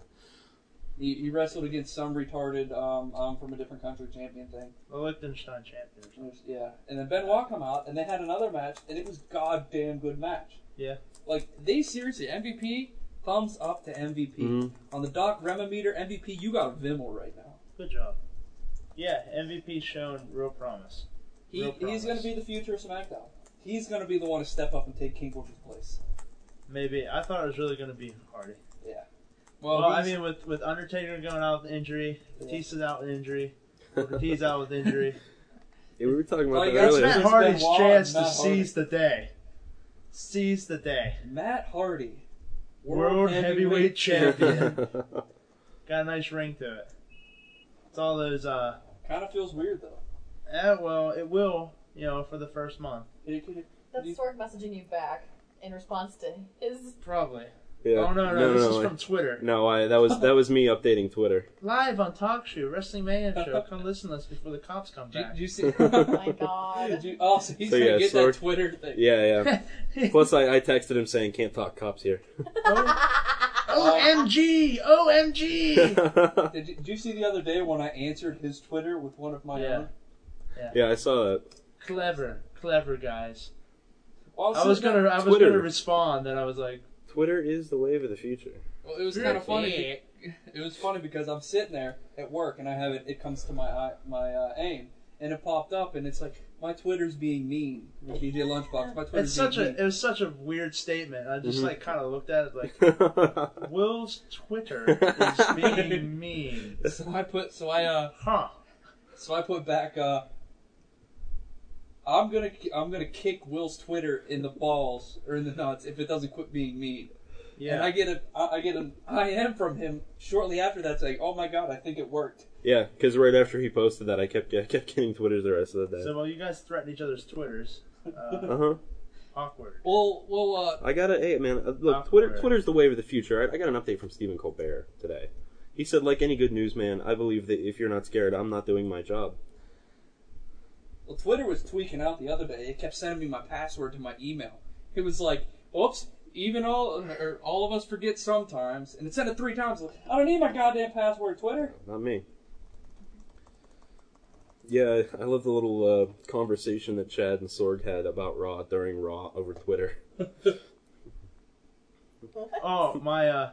Speaker 1: He, he wrestled against some retarded um, um from a different country champion thing.
Speaker 2: The Liechtenstein champion. or
Speaker 1: It
Speaker 2: something.
Speaker 1: was- yeah. And then Benoit come out and they had another match and it was goddamn good match.
Speaker 2: Yeah.
Speaker 1: Like they seriously MVP thumbs up to MVP
Speaker 3: Mhm.
Speaker 1: on the Doc Rememeter MVP. You got a Vimmel right now.
Speaker 2: Good job. Yeah, MVP shown real promise.
Speaker 1: He,
Speaker 2: Real
Speaker 1: he's
Speaker 2: promise.
Speaker 1: going to be the future of SmackDown. He's going to be the one to step up and take King Booker's place.
Speaker 2: Maybe I thought it was really going to be Hardy.
Speaker 1: Well,
Speaker 2: Well, I
Speaker 1: he's-
Speaker 2: mean, with with Undertaker going out with injury,
Speaker 1: Yeah.
Speaker 2: Batista's out with injury, Ortiz out with injury.
Speaker 3: Yeah, we were talking about
Speaker 1: Like,
Speaker 3: that
Speaker 1: that's
Speaker 2: That's
Speaker 3: earlier.
Speaker 2: Matt
Speaker 1: It's
Speaker 2: Hardy's
Speaker 1: Benoit and
Speaker 2: chance to
Speaker 1: Matt Hardy.
Speaker 2: seize the day. Seize the day.
Speaker 1: Matt Hardy,
Speaker 2: World, heavyweight, champion. Got a nice ring to it. It's all those. uh
Speaker 1: Kind of feels weird though.
Speaker 2: eh, Well, it will. You know, for the first month,
Speaker 1: It- it-
Speaker 5: That's Sorg messaging you back in response to his.
Speaker 2: probably.
Speaker 3: yeah.
Speaker 2: Oh no, no,
Speaker 3: no,
Speaker 2: this
Speaker 3: no,
Speaker 2: is
Speaker 3: I-
Speaker 2: from Twitter.
Speaker 3: no, I, that was that was me updating Twitter.
Speaker 2: Live on Talk Show, Wrestling Mayhem Show. Come listen to us before the cops come
Speaker 1: Did,
Speaker 2: back.
Speaker 1: you see?
Speaker 5: Oh my God.
Speaker 1: Did you, oh, so he's
Speaker 3: So,
Speaker 1: gonna
Speaker 3: yeah,
Speaker 1: get
Speaker 3: Sorg-
Speaker 1: that Twitter thing.
Speaker 3: Yeah, yeah. Plus, I, I texted him saying, "Can't talk. Cops here."
Speaker 2: Oh. OMG! OMG!
Speaker 1: Did you, did you see the other day when I answered his Twitter with one of my
Speaker 2: Yeah.
Speaker 1: own?
Speaker 3: yeah, I saw that.
Speaker 2: clever, clever guys.
Speaker 1: Well,
Speaker 2: I was
Speaker 1: sitting
Speaker 2: gonna,
Speaker 1: there-
Speaker 2: I was
Speaker 3: Twitter.
Speaker 2: gonna respond, and I was like,
Speaker 3: Twitter is the wave of the future.
Speaker 1: Well, it was kind of funny. It was funny because I'm sitting there at work and I have it. It comes to my eye, my uh, aim, and it popped up, and it's like my Twitter's being mean with DJ Lunchbox. My Twitter's
Speaker 2: it's such
Speaker 1: being
Speaker 2: a, it was such a weird statement. I just
Speaker 3: Mhm.
Speaker 2: like kind of looked at it like,
Speaker 3: That's
Speaker 2: Will's Twitter is being mean,
Speaker 1: mean. So I put so I uh
Speaker 2: huh?
Speaker 1: so I put back uh. I'm gonna I'm gonna kick Will's Twitter in the balls or in the nuts if it doesn't quit being mean. And I
Speaker 2: Yeah.
Speaker 1: get a I I get an I am from him shortly after that saying, "Oh my god, I think it worked."
Speaker 3: Yeah, because right after he posted that, I kept I kept getting Twitters the rest of the
Speaker 2: So
Speaker 3: day.
Speaker 2: while you guys threaten each other's Twitters, uh,
Speaker 3: Uh huh.
Speaker 2: awkward.
Speaker 1: Well, well, uh,
Speaker 3: I got a hey man. uh, Look,
Speaker 2: Awkward.
Speaker 3: Twitter Twitter's the wave of the future. I, I got an update from Stephen Colbert today. He said, like any good newsman, I believe that if you're not scared, I'm not doing my job.
Speaker 1: Well, Twitter was tweaking out the other day. It kept sending me my password to my email. It was like, "Oops, even all or all of us forget sometimes," and it sent it three times. Like, I don't need my goddamn password, Twitter.
Speaker 3: Not me. Yeah, I love the little uh, conversation that Chad and Sorg had about Raw during Raw over Twitter.
Speaker 2: Oh my. uh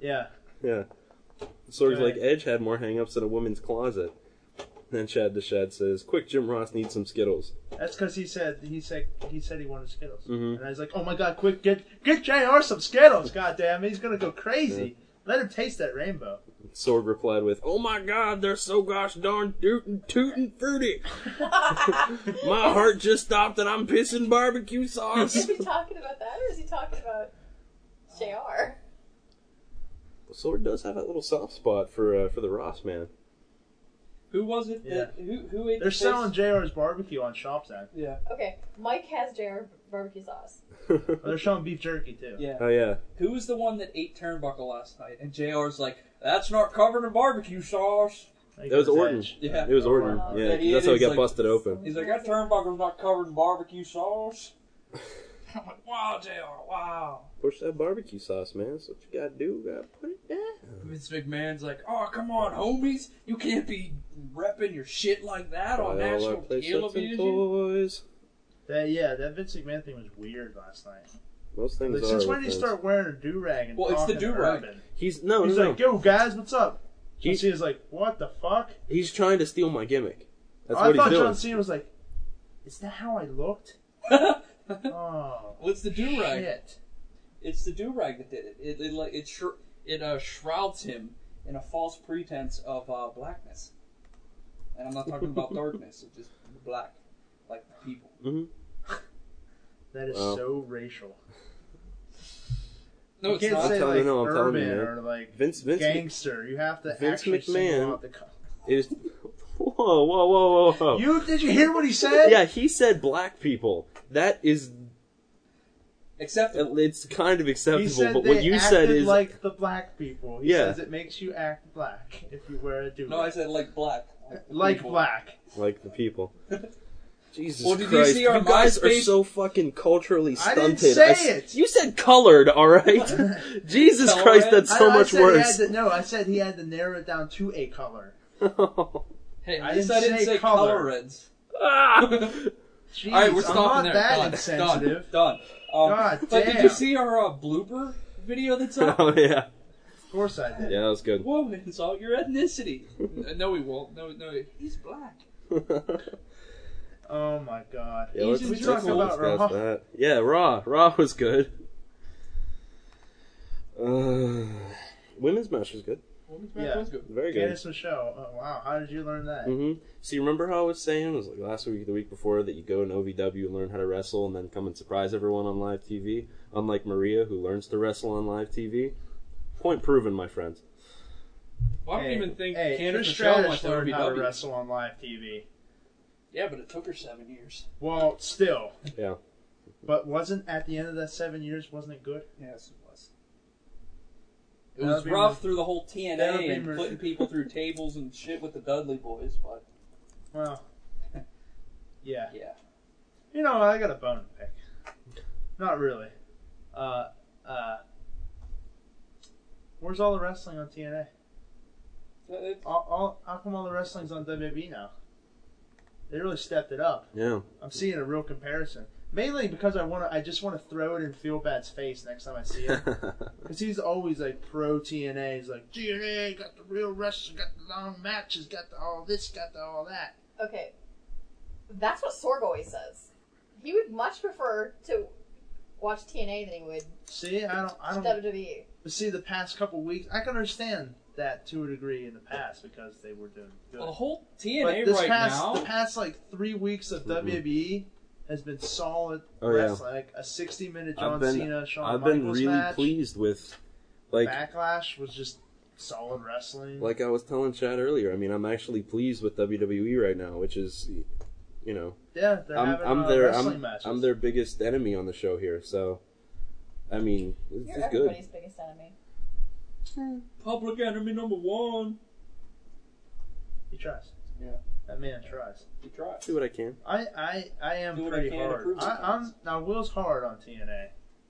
Speaker 2: Yeah.
Speaker 3: Yeah. Sorg's
Speaker 2: Go
Speaker 3: like,
Speaker 2: ahead.
Speaker 3: Edge had more hangups than a woman's closet. Then Chad to Chad says, Quick, Jim Ross needs some Skittles.
Speaker 2: That's because he said he said he said he wanted Skittles,
Speaker 3: Mhm.
Speaker 2: and I was like, "Oh my God, quick get get Jr some Skittles! God damn, he's gonna go crazy. Let him taste that rainbow."
Speaker 3: Sorg replied with, Oh my god, they're so gosh darn tootin' tootin' fruity. My heart just stopped and I'm pissing barbecue
Speaker 5: Is
Speaker 3: sauce.
Speaker 5: he talking about that, or is he talking about Jr.?
Speaker 3: Sorg does have that little soft spot for uh, for the Ross man.
Speaker 1: Who was it? That, who who ate?
Speaker 2: They're
Speaker 1: the face-
Speaker 2: selling Jr's barbecue on Shops now.
Speaker 1: Yeah,
Speaker 5: Okay, Mike has Jr. barbecue sauce.
Speaker 2: Oh, they're selling beef jerky too.
Speaker 1: yeah.
Speaker 3: oh yeah.
Speaker 1: Who was the one that ate turnbuckle last night? And Jr's like, "That's not covered in barbecue sauce."
Speaker 2: Like
Speaker 3: That was
Speaker 2: it's
Speaker 3: Orton.
Speaker 2: Edge.
Speaker 1: Yeah.
Speaker 3: It was Orton.
Speaker 5: Oh,
Speaker 3: Yeah,
Speaker 1: yeah,
Speaker 3: 'cause
Speaker 1: he
Speaker 3: that's how he
Speaker 1: is
Speaker 3: got
Speaker 1: like-
Speaker 3: busted open.
Speaker 1: He's like, "That turnbuckle's not covered in barbecue sauce." I'm like, "Wow, Jr. Wow."
Speaker 3: Push that barbecue sauce, man. That's what you gotta do. Gotta put it down.
Speaker 1: Vince McMahon's like, "Oh, come on, homies, you can't be repping your shit like that on
Speaker 3: Buy all our
Speaker 1: national
Speaker 3: playsets and
Speaker 1: television."
Speaker 3: toys.
Speaker 2: That, yeah, that Vince McMahon thing was weird last night.
Speaker 3: Most things
Speaker 2: Like,
Speaker 3: are.
Speaker 2: since when
Speaker 3: with
Speaker 2: did he
Speaker 3: those.
Speaker 2: start wearing a do rag and
Speaker 1: Well, it's the
Speaker 2: talking to
Speaker 1: do-rag.
Speaker 2: Urban?
Speaker 3: He's no,
Speaker 2: He's
Speaker 3: no,
Speaker 2: like,
Speaker 3: no.
Speaker 2: "Yo guys, what's up?" John
Speaker 3: He's,
Speaker 2: Cena's like, "What the fuck?"
Speaker 3: he's trying to steal my gimmick. That's
Speaker 2: Oh, I
Speaker 3: what
Speaker 2: thought
Speaker 3: he's doing.
Speaker 2: John Cena was like, "Is that how I looked?" Oh,
Speaker 1: What's the do rag?
Speaker 2: shit.
Speaker 1: It's the do rag that did it. It it like it shr- it uh, shrouds him in a false pretense of uh, blackness, and I'm not talking about darkness. It's just black, like the people.
Speaker 2: That is
Speaker 3: Wow.
Speaker 2: so racial.
Speaker 1: No,
Speaker 2: you
Speaker 1: it's
Speaker 2: can't
Speaker 1: not.
Speaker 2: say
Speaker 3: I'm telling you,
Speaker 2: like
Speaker 3: no, I'm telling
Speaker 2: urban
Speaker 3: you, man.
Speaker 2: or like
Speaker 3: Vince- Vince Mc-
Speaker 2: gangster. You have to
Speaker 3: Vince
Speaker 2: actually single
Speaker 3: McMahon-
Speaker 2: out the. co-
Speaker 3: It is. Whoa, whoa, whoa, whoa, whoa.
Speaker 2: You did you hear what he said?
Speaker 3: yeah, he said black people. That is,
Speaker 1: Except
Speaker 3: it's kind of
Speaker 2: He
Speaker 3: acceptable.
Speaker 2: said
Speaker 3: but
Speaker 2: they
Speaker 3: what you
Speaker 2: acted
Speaker 3: said is,
Speaker 2: like the black people. He
Speaker 3: Yeah.
Speaker 2: says it makes you act black if you wear a do.
Speaker 1: no, I said like black. the
Speaker 2: like
Speaker 1: people.
Speaker 2: black.
Speaker 3: like the people. Jesus
Speaker 1: Well, did you
Speaker 3: Christ!
Speaker 1: see our
Speaker 3: guys are
Speaker 1: MySpace-
Speaker 3: so fucking culturally
Speaker 2: I
Speaker 3: stunted.
Speaker 2: didn't say
Speaker 3: s-
Speaker 2: it.
Speaker 3: You said colored, all right. Jesus
Speaker 1: Colored?
Speaker 3: Christ, that's so
Speaker 2: I- I
Speaker 3: much
Speaker 2: said he
Speaker 3: worse.
Speaker 2: had to- no, I said he had to narrow it down to a color.
Speaker 1: Hey,
Speaker 2: I
Speaker 1: at least
Speaker 2: didn't
Speaker 1: I didn't
Speaker 2: say
Speaker 1: say,
Speaker 2: color.
Speaker 1: coloreds.
Speaker 3: Ah!
Speaker 2: Jeez,
Speaker 1: All right, we're
Speaker 2: I'm
Speaker 1: stopping
Speaker 2: not
Speaker 1: there.
Speaker 2: that
Speaker 1: done.
Speaker 2: insensitive.
Speaker 1: Done. done. Um,
Speaker 2: God
Speaker 1: but did
Speaker 2: damn.
Speaker 1: you see our uh, blooper video that's up?
Speaker 3: oh yeah,
Speaker 2: Of course I did.
Speaker 3: yeah, that was good.
Speaker 1: Whoa, it's all your ethnicity. Uh, no, he won't. No, no, he's black.
Speaker 2: Oh my god.
Speaker 3: Yeah,
Speaker 1: Asians
Speaker 3: let's,
Speaker 1: we
Speaker 3: let's,
Speaker 1: talk
Speaker 3: let's
Speaker 2: about Raw.
Speaker 3: discuss that. Yeah, Raw. Raw was good. Uh, women's match was good.
Speaker 1: Women's
Speaker 2: match Yeah. was
Speaker 1: good.
Speaker 3: Very good.
Speaker 2: Candice Michelle. Oh, wow, how did you learn that?
Speaker 3: hmm See, remember how I was saying, it was like last week, the week before, that you go in OVW and learn how to wrestle and then come and surprise everyone on live TV? Unlike Maria, who learns to wrestle on live TV? Point proven, my friends.
Speaker 1: Well, I don't
Speaker 2: Hey,
Speaker 1: even think
Speaker 2: hey,
Speaker 1: Candace
Speaker 2: Trish
Speaker 1: Michelle
Speaker 2: Stratus
Speaker 1: went to
Speaker 2: learned how to
Speaker 1: OVW.
Speaker 2: wrestle on live TV.
Speaker 1: Yeah, but it took her seven years.
Speaker 2: Well, still.
Speaker 3: Yeah.
Speaker 2: But wasn't at the end of that seven years, wasn't it good?
Speaker 1: Yes, it was. It
Speaker 2: That
Speaker 1: was
Speaker 2: would be
Speaker 1: rough
Speaker 2: mer-
Speaker 1: through the whole
Speaker 2: that would be
Speaker 1: TNA and
Speaker 2: mer-
Speaker 1: putting people through tables and shit with the Dudley boys, but
Speaker 2: Well, yeah.
Speaker 1: yeah.
Speaker 2: You know, I got a bone to pick. Not really. Uh, uh, where's all the wrestling on TNA?
Speaker 1: Uh, it-
Speaker 2: All, all, how come all the wrestling's on WWE now? They really stepped it up.
Speaker 3: Yeah.
Speaker 2: I'm seeing a real comparison. Mainly because I want to. I just want to throw it in Feelbad's face next time I see him. Because he's always like pro TNA. He's like TNA got the real wrestling, got the long matches, got the all this, got the all that.
Speaker 5: Okay, that's what Sorg always says. He would much prefer to watch TNA than he would E.
Speaker 2: See, I don't, I don't
Speaker 5: WWE.
Speaker 2: see the past couple weeks. I can understand that to a degree in the past because they were doing good.
Speaker 1: The whole
Speaker 2: but
Speaker 1: TNA
Speaker 2: this
Speaker 1: right
Speaker 2: past
Speaker 1: now.
Speaker 2: the past like three weeks of
Speaker 3: Mhm.
Speaker 2: WWE has been solid
Speaker 3: Oh, yeah.
Speaker 2: wrestling, like a sixty minute John
Speaker 3: I've been-
Speaker 2: Cena Shawn
Speaker 3: I've
Speaker 2: Michaels
Speaker 3: been really
Speaker 2: match.
Speaker 3: pleased with, like,
Speaker 2: Backlash was just solid wrestling.
Speaker 3: like I was telling Chad earlier. I mean, I'm actually pleased with WWE right now, which is, you know,
Speaker 2: yeah, they're
Speaker 3: I'm
Speaker 2: having
Speaker 3: I'm
Speaker 2: uh,
Speaker 3: their
Speaker 2: wrestling
Speaker 3: I'm,
Speaker 2: matches.
Speaker 3: I'm their biggest enemy on the show here. So, I mean, this
Speaker 5: You're
Speaker 3: is good.
Speaker 5: everybody's biggest enemy.
Speaker 1: Public enemy number one.
Speaker 2: he tries.
Speaker 1: Yeah.
Speaker 2: that man tries.
Speaker 1: You try.
Speaker 3: Do what I can.
Speaker 2: I I, I am
Speaker 1: Do what I
Speaker 2: pretty
Speaker 1: can to
Speaker 2: hard.
Speaker 1: prove
Speaker 2: I,
Speaker 1: it.
Speaker 2: I'm now Will's hard on TNA,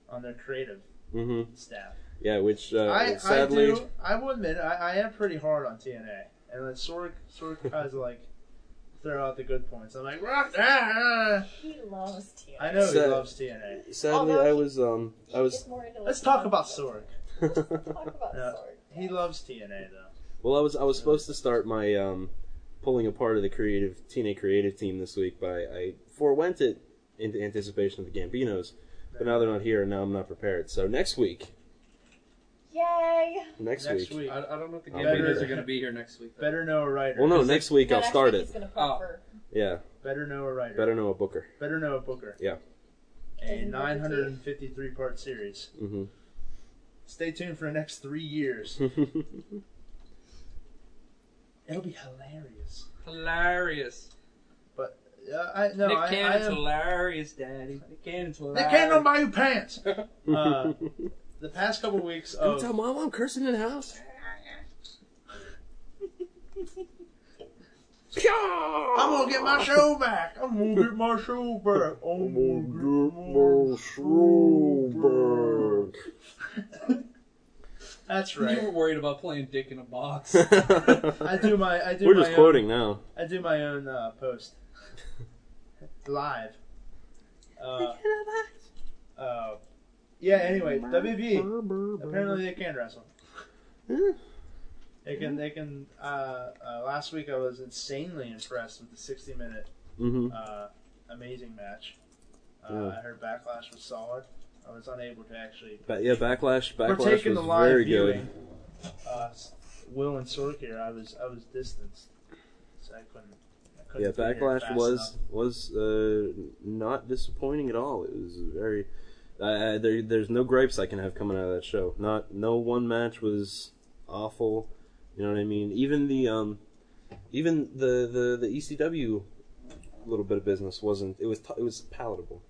Speaker 2: on their creative
Speaker 3: hmm
Speaker 2: staff.
Speaker 3: Yeah, which uh,
Speaker 2: I,
Speaker 3: sadly,
Speaker 2: I do. I will admit, I, I am pretty hard on TNA, and then Sorg Sorg tries to like throw out the good points. I'm like, rock. Ah, ah."
Speaker 5: He loves tears.
Speaker 2: I know he
Speaker 3: So-
Speaker 2: loves TNA.
Speaker 3: sadly,
Speaker 5: Although
Speaker 3: I
Speaker 5: he-
Speaker 3: was um, I was.
Speaker 2: Let's talk about Sorg.
Speaker 5: Talk about
Speaker 2: Yeah.
Speaker 5: sword.
Speaker 2: He loves TNA though.
Speaker 3: Well, I was I was supposed to start my um, pulling apart of the creative TNA creative team this week, but I, I forewent it in anticipation of the Gambinos. But now they're not here, and now I'm not prepared. So next week,
Speaker 5: Yay!
Speaker 3: next,
Speaker 2: Next
Speaker 3: week.
Speaker 2: week,
Speaker 1: I, I don't know if the
Speaker 3: I'll
Speaker 1: game
Speaker 3: be
Speaker 1: leaders
Speaker 3: there.
Speaker 1: are going to be here next week. though.
Speaker 2: better know a writer.
Speaker 3: Well, no,
Speaker 2: Is it-
Speaker 3: next week
Speaker 5: No,
Speaker 3: I'll
Speaker 5: next
Speaker 3: start
Speaker 5: week
Speaker 3: it.
Speaker 5: He's gonna prep
Speaker 1: Oh.
Speaker 5: for
Speaker 3: Yeah,
Speaker 2: better know a writer. Better,
Speaker 3: better know a Booker.
Speaker 2: know a Booker.
Speaker 3: Yeah.
Speaker 2: A
Speaker 5: And
Speaker 2: 953 part series.
Speaker 3: hmm
Speaker 2: Stay tuned for the next three years.
Speaker 3: Mm-hmm.
Speaker 2: It'll be hilarious.
Speaker 1: Hilarious.
Speaker 2: Uh, I no,
Speaker 1: Nick
Speaker 2: I, I
Speaker 1: Cannon's
Speaker 2: am.
Speaker 1: hilarious, Daddy. Nick Cannon's hilarious.
Speaker 2: Nick Cannon, buy you pants. Uh,
Speaker 3: Don't
Speaker 2: The past couple weeks of
Speaker 3: tell Mom I'm cursing in the house.
Speaker 2: I'm gonna get my show back. I'm gonna get my show back. I'm gonna get my show back. That's
Speaker 1: You
Speaker 2: right.
Speaker 1: were worried about playing dick in a box.
Speaker 2: I do my. I do.
Speaker 3: We're
Speaker 2: my
Speaker 3: just
Speaker 2: own-
Speaker 3: quoting now.
Speaker 2: I do my own uh, post live. Uh, uh, yeah. Anyway, WB. Apparently they can wrestle.
Speaker 3: Yeah.
Speaker 2: They can. They can. Uh, uh, last week I was insanely impressed with the 60 minute
Speaker 3: hmm
Speaker 2: uh, amazing match. Uh,
Speaker 3: Yeah.
Speaker 2: I heard Backlash was solid. I was unable to actually.
Speaker 3: Ba- yeah, backlash.
Speaker 2: We're
Speaker 3: Backlash
Speaker 2: taking
Speaker 3: was
Speaker 2: the live
Speaker 3: very
Speaker 2: viewing.
Speaker 3: good.
Speaker 2: Uh, s- Will and Sork here. I was I was distanced, so I couldn't. I couldn't
Speaker 3: Yeah,
Speaker 2: get here
Speaker 3: backlash
Speaker 2: fast
Speaker 3: was was uh, not disappointing at all. It was very. I I there, there's no gripes I can have coming out of that show. Not no one match was awful. You know what I mean? Even the um, even the the the ECW little bit of business wasn't. It was t- it was palatable.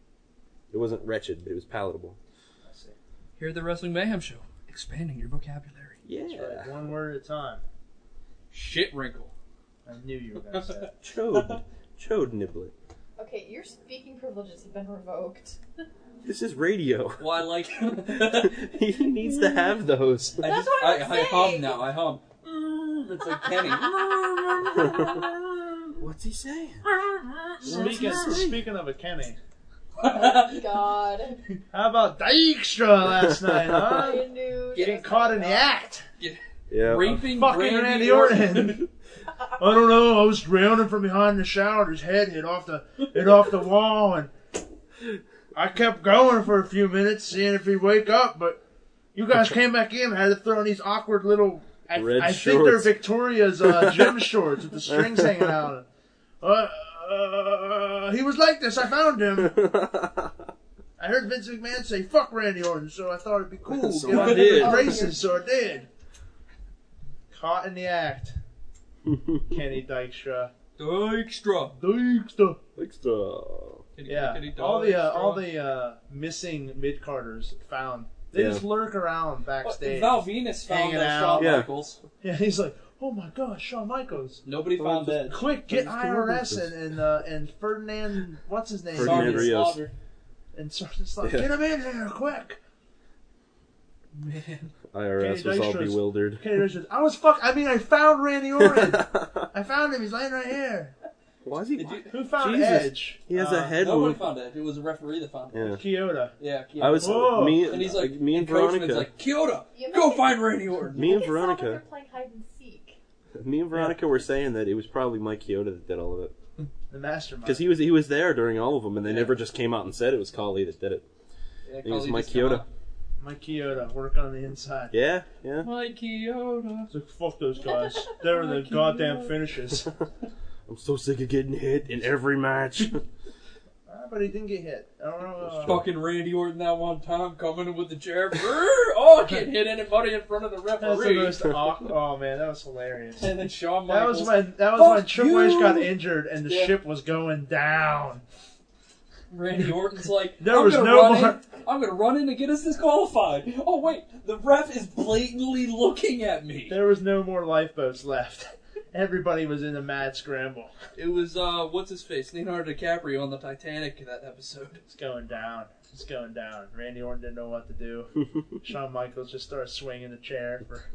Speaker 3: It wasn't wretched, but it was palatable.
Speaker 2: enough. I see.
Speaker 1: Here at the Wrestling Mayhem Show, expanding your vocabulary.
Speaker 3: Yeah.
Speaker 2: That's right. One word at a time.
Speaker 1: Shit wrinkle.
Speaker 2: I knew you were gonna say it.
Speaker 3: Chode. Chode nibbler.
Speaker 5: Okay, your speaking privileges have been revoked.
Speaker 3: This is radio.
Speaker 1: Well, I like.
Speaker 3: he needs to have those.
Speaker 1: I
Speaker 5: That's
Speaker 1: just,
Speaker 5: what I'm
Speaker 1: I, I hum
Speaker 5: saying.
Speaker 1: now. I hum. Mm, It's like Kenny.
Speaker 3: What's he saying?
Speaker 2: Speaking speaking of a Kenny,
Speaker 5: God,
Speaker 2: how about Dykstra last night? Huh?
Speaker 5: I
Speaker 1: Get
Speaker 2: Ah,
Speaker 5: knew.
Speaker 2: Getting caught in the act.
Speaker 3: Yeah.
Speaker 1: Raping
Speaker 2: Fucking Randy Orton. I don't know. I was drowning from behind the shower. and His head hit off the hit off the wall, and I kept going for a few minutes, seeing if he'd wake up. But you guys came back in, and had to throw in these awkward little. I,
Speaker 3: Red
Speaker 2: I think they're
Speaker 3: shorts.
Speaker 2: Victoria's uh, gym shorts with the strings hanging out. Uh, uh, he was like this. I found him. I heard Vince McMahon say "fuck Randy Orton," so I thought it'd be cool.
Speaker 3: So
Speaker 2: Get
Speaker 3: I
Speaker 2: on
Speaker 3: did.
Speaker 2: the Racist, so I did. Caught in the act, Kenny Dykstra.
Speaker 1: Dykstra.
Speaker 2: Dykstra.
Speaker 3: Extra.
Speaker 1: Kenny,
Speaker 2: Yeah,
Speaker 1: Kenny
Speaker 2: all the uh,
Speaker 1: Dykstra.
Speaker 2: all the uh, missing mid Carters found. They
Speaker 3: Yeah.
Speaker 2: just lurk around
Speaker 1: Well,
Speaker 2: backstage.
Speaker 1: Val Venus found
Speaker 2: Hanging
Speaker 1: those
Speaker 2: out.
Speaker 1: Shawn
Speaker 3: Yeah.
Speaker 1: Michaels.
Speaker 2: yeah, he's like, "Oh my gosh, Shawn Michaels!
Speaker 1: Nobody found that.
Speaker 2: Quick, get
Speaker 3: Who's the one
Speaker 2: IRS
Speaker 3: with
Speaker 2: and and, uh, and Ferdinand, what's his name,
Speaker 3: Ferdinand
Speaker 1: Sergeant
Speaker 3: Rios.
Speaker 1: Slaughter.
Speaker 2: and Sergeant Slaughter.
Speaker 3: Yeah.
Speaker 2: Get him in here, quick!"
Speaker 1: Man.
Speaker 3: IRS
Speaker 2: Kenny
Speaker 3: was all
Speaker 2: Dykstra's-
Speaker 3: bewildered.
Speaker 2: Kenny Richards, I was fuck. I mean, I found Randy Orton. I found him. He's laying right here.
Speaker 3: Why is he?
Speaker 1: Did you-
Speaker 2: Who found
Speaker 3: Jesus.
Speaker 2: Edge?
Speaker 3: He has a
Speaker 2: Uh,
Speaker 3: head
Speaker 1: Nobody
Speaker 3: wound.
Speaker 1: found that. It was a referee that found it.
Speaker 3: Yeah.
Speaker 2: Kyoto.
Speaker 1: Yeah. yeah.
Speaker 3: I was
Speaker 2: Whoa.
Speaker 3: me
Speaker 1: and he's like,
Speaker 3: me and
Speaker 1: the coachman's
Speaker 3: Veronica.
Speaker 1: like, Kyoto,
Speaker 5: You
Speaker 1: go
Speaker 5: make it-
Speaker 1: find Randy Orton.
Speaker 3: me and
Speaker 5: It sounded like
Speaker 3: Veronica.
Speaker 5: they're playing hide and seek.
Speaker 3: Me and Veronica were saying that it was probably Mike Chioda that did all of it
Speaker 2: The mastermind.
Speaker 3: because he was he was there during all of them, and they
Speaker 1: Yeah.
Speaker 3: never just came out and said it was Kali that did it.
Speaker 1: Yeah,
Speaker 3: It was
Speaker 1: Khali
Speaker 3: Mike
Speaker 1: just come
Speaker 3: Chioda.
Speaker 1: up.
Speaker 2: My Kyoto, work on the inside.
Speaker 3: Yeah, yeah.
Speaker 1: My Kyoto.
Speaker 2: It's like, fuck those guys. They're the goddamn finishes.
Speaker 3: I'm so sick of getting hit in every match.
Speaker 2: Ah, but he didn't get hit. I don't know. uh,
Speaker 1: Fucking Randy Orton that one time coming in with the chair. Brrr, oh, I can't hit anybody in front of the
Speaker 2: That's the
Speaker 1: referee.
Speaker 2: most awkward. Oh man, that was hilarious.
Speaker 1: and then Shawn
Speaker 2: That
Speaker 1: Michaels.
Speaker 2: was when that was when
Speaker 1: Fuck
Speaker 2: Triple H
Speaker 1: you.
Speaker 2: got injured and the
Speaker 1: Yeah.
Speaker 2: ship was going down.
Speaker 1: Randy Orton's like,
Speaker 2: There
Speaker 1: I'm
Speaker 2: was
Speaker 1: gonna
Speaker 2: no
Speaker 1: run
Speaker 2: more-
Speaker 1: in. I'm gonna run in and get us disqualified. Oh wait, the ref is blatantly looking at me.
Speaker 2: There was no more lifeboats left. Everybody was in a mad scramble.
Speaker 1: It was uh, what's his face, Leonardo DiCaprio on the Titanic that episode.
Speaker 2: It's going down. It's going down. Randy Orton didn't know what to do. Shawn Michaels just started swinging the chair. For...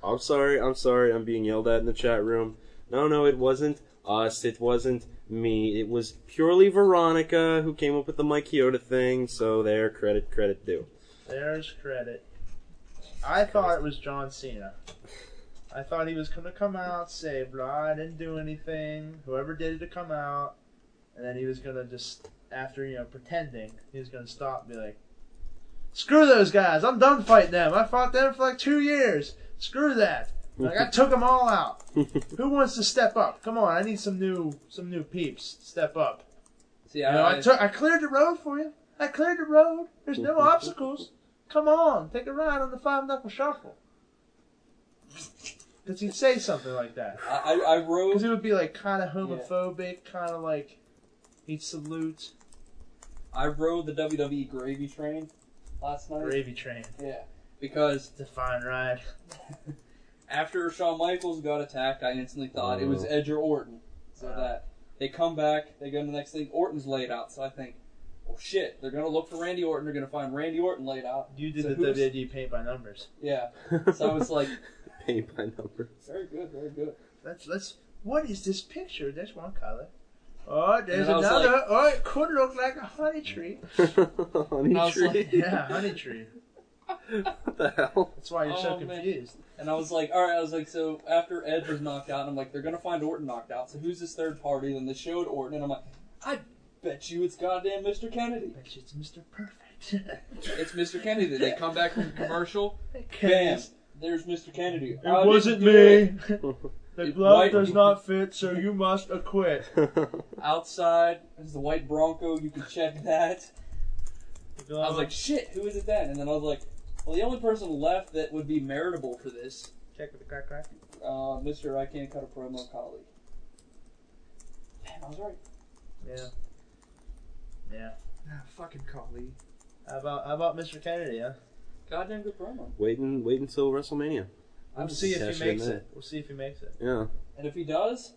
Speaker 3: I'm sorry, I'm sorry, I'm being yelled at in the chat room. No, no, it wasn't us, it wasn't me, it was purely Veronica who came up with the Mike Kyoto thing, so there, credit, credit due.
Speaker 2: There's credit. I thought it was John Cena. I thought he was gonna come out, say, "Blah, I didn't do anything." Whoever did it to come out, and then he was gonna just, after you know, pretending, he was gonna stop, and be like, "Screw those guys! I'm done fighting them. I fought them for like two years. Screw that! Like I took them all out. Who wants to step up? Come on, I need some new, some new peeps. Step up.
Speaker 1: See,
Speaker 2: You know, I, took, I cleared the road for you. I cleared the road. There's no obstacles. Come on, take a ride on the five knuckle shuffle. Because he'd say something like that.
Speaker 1: I, I, I
Speaker 2: Because
Speaker 1: rode.
Speaker 2: it would be like kind of homophobic, kind of like he'd salute
Speaker 1: I rode the WWE gravy train last night.
Speaker 2: gravy train.
Speaker 1: Yeah, because
Speaker 2: It's a fine ride.
Speaker 1: after Shawn Michaels got attacked, I instantly thought it was
Speaker 2: Oh.
Speaker 1: Edge or Orton. So
Speaker 2: Wow.
Speaker 1: that they come back, they go to the next thing. Orton's laid out, so I think, oh shit, they're gonna look for Randy Orton. They're gonna find Randy Orton laid out.
Speaker 2: You did
Speaker 1: So
Speaker 2: the
Speaker 1: who's-
Speaker 2: WD paint by numbers.
Speaker 1: Yeah. So I was like,
Speaker 3: Paint by number.
Speaker 1: very good, very good.
Speaker 2: Let's let's. What is this picture? There's one color. Oh, there's
Speaker 1: And I was
Speaker 2: another.
Speaker 1: like-
Speaker 2: oh, it could look like a honey tree.
Speaker 3: Honey
Speaker 1: I was
Speaker 3: tree.
Speaker 1: like-
Speaker 2: Yeah, honey tree.
Speaker 3: what the hell?
Speaker 2: That's why you're so
Speaker 1: Oh, man.
Speaker 2: confused.
Speaker 1: And I was like, all right. I was like, so after Edge was knocked out, and I'm like, they're gonna find Orton knocked out. So who's this third party? Then they showed Orton, and I'm like, I bet you it's goddamn Mr. Kennedy.
Speaker 2: Bet you it's Mr. Perfect.
Speaker 1: It's Mr. Kennedy. They come back from commercial. Bam.
Speaker 2: Okay.
Speaker 1: There's Mr. Kennedy.
Speaker 2: It
Speaker 1: I didn't
Speaker 2: wasn't
Speaker 1: do it.
Speaker 2: me. the
Speaker 1: It-
Speaker 2: glove
Speaker 1: white-
Speaker 2: does not fit, so you must acquit.
Speaker 1: outside is the white Bronco. You can check that.
Speaker 2: The
Speaker 1: I
Speaker 2: glove-
Speaker 1: was like, shit, who is it then? And then I was like, well, the only person left that would be meritable for this,
Speaker 2: check with the crack crack.
Speaker 1: uh, Mister, I can't cut a promo colleague. Damn, I was right.
Speaker 2: Yeah. Yeah.
Speaker 1: Ah, fucking colleague.
Speaker 2: How about how about Mr. Kennedy? Huh?
Speaker 1: Goddamn good promo.
Speaker 3: Waiting, wait until WrestleMania.
Speaker 1: I
Speaker 2: We'll
Speaker 1: will
Speaker 2: see
Speaker 1: see,
Speaker 2: if
Speaker 3: Cash
Speaker 2: he
Speaker 3: in
Speaker 2: makes
Speaker 3: that.
Speaker 2: it. We'll see if he makes it.
Speaker 3: Yeah.
Speaker 1: and if he does,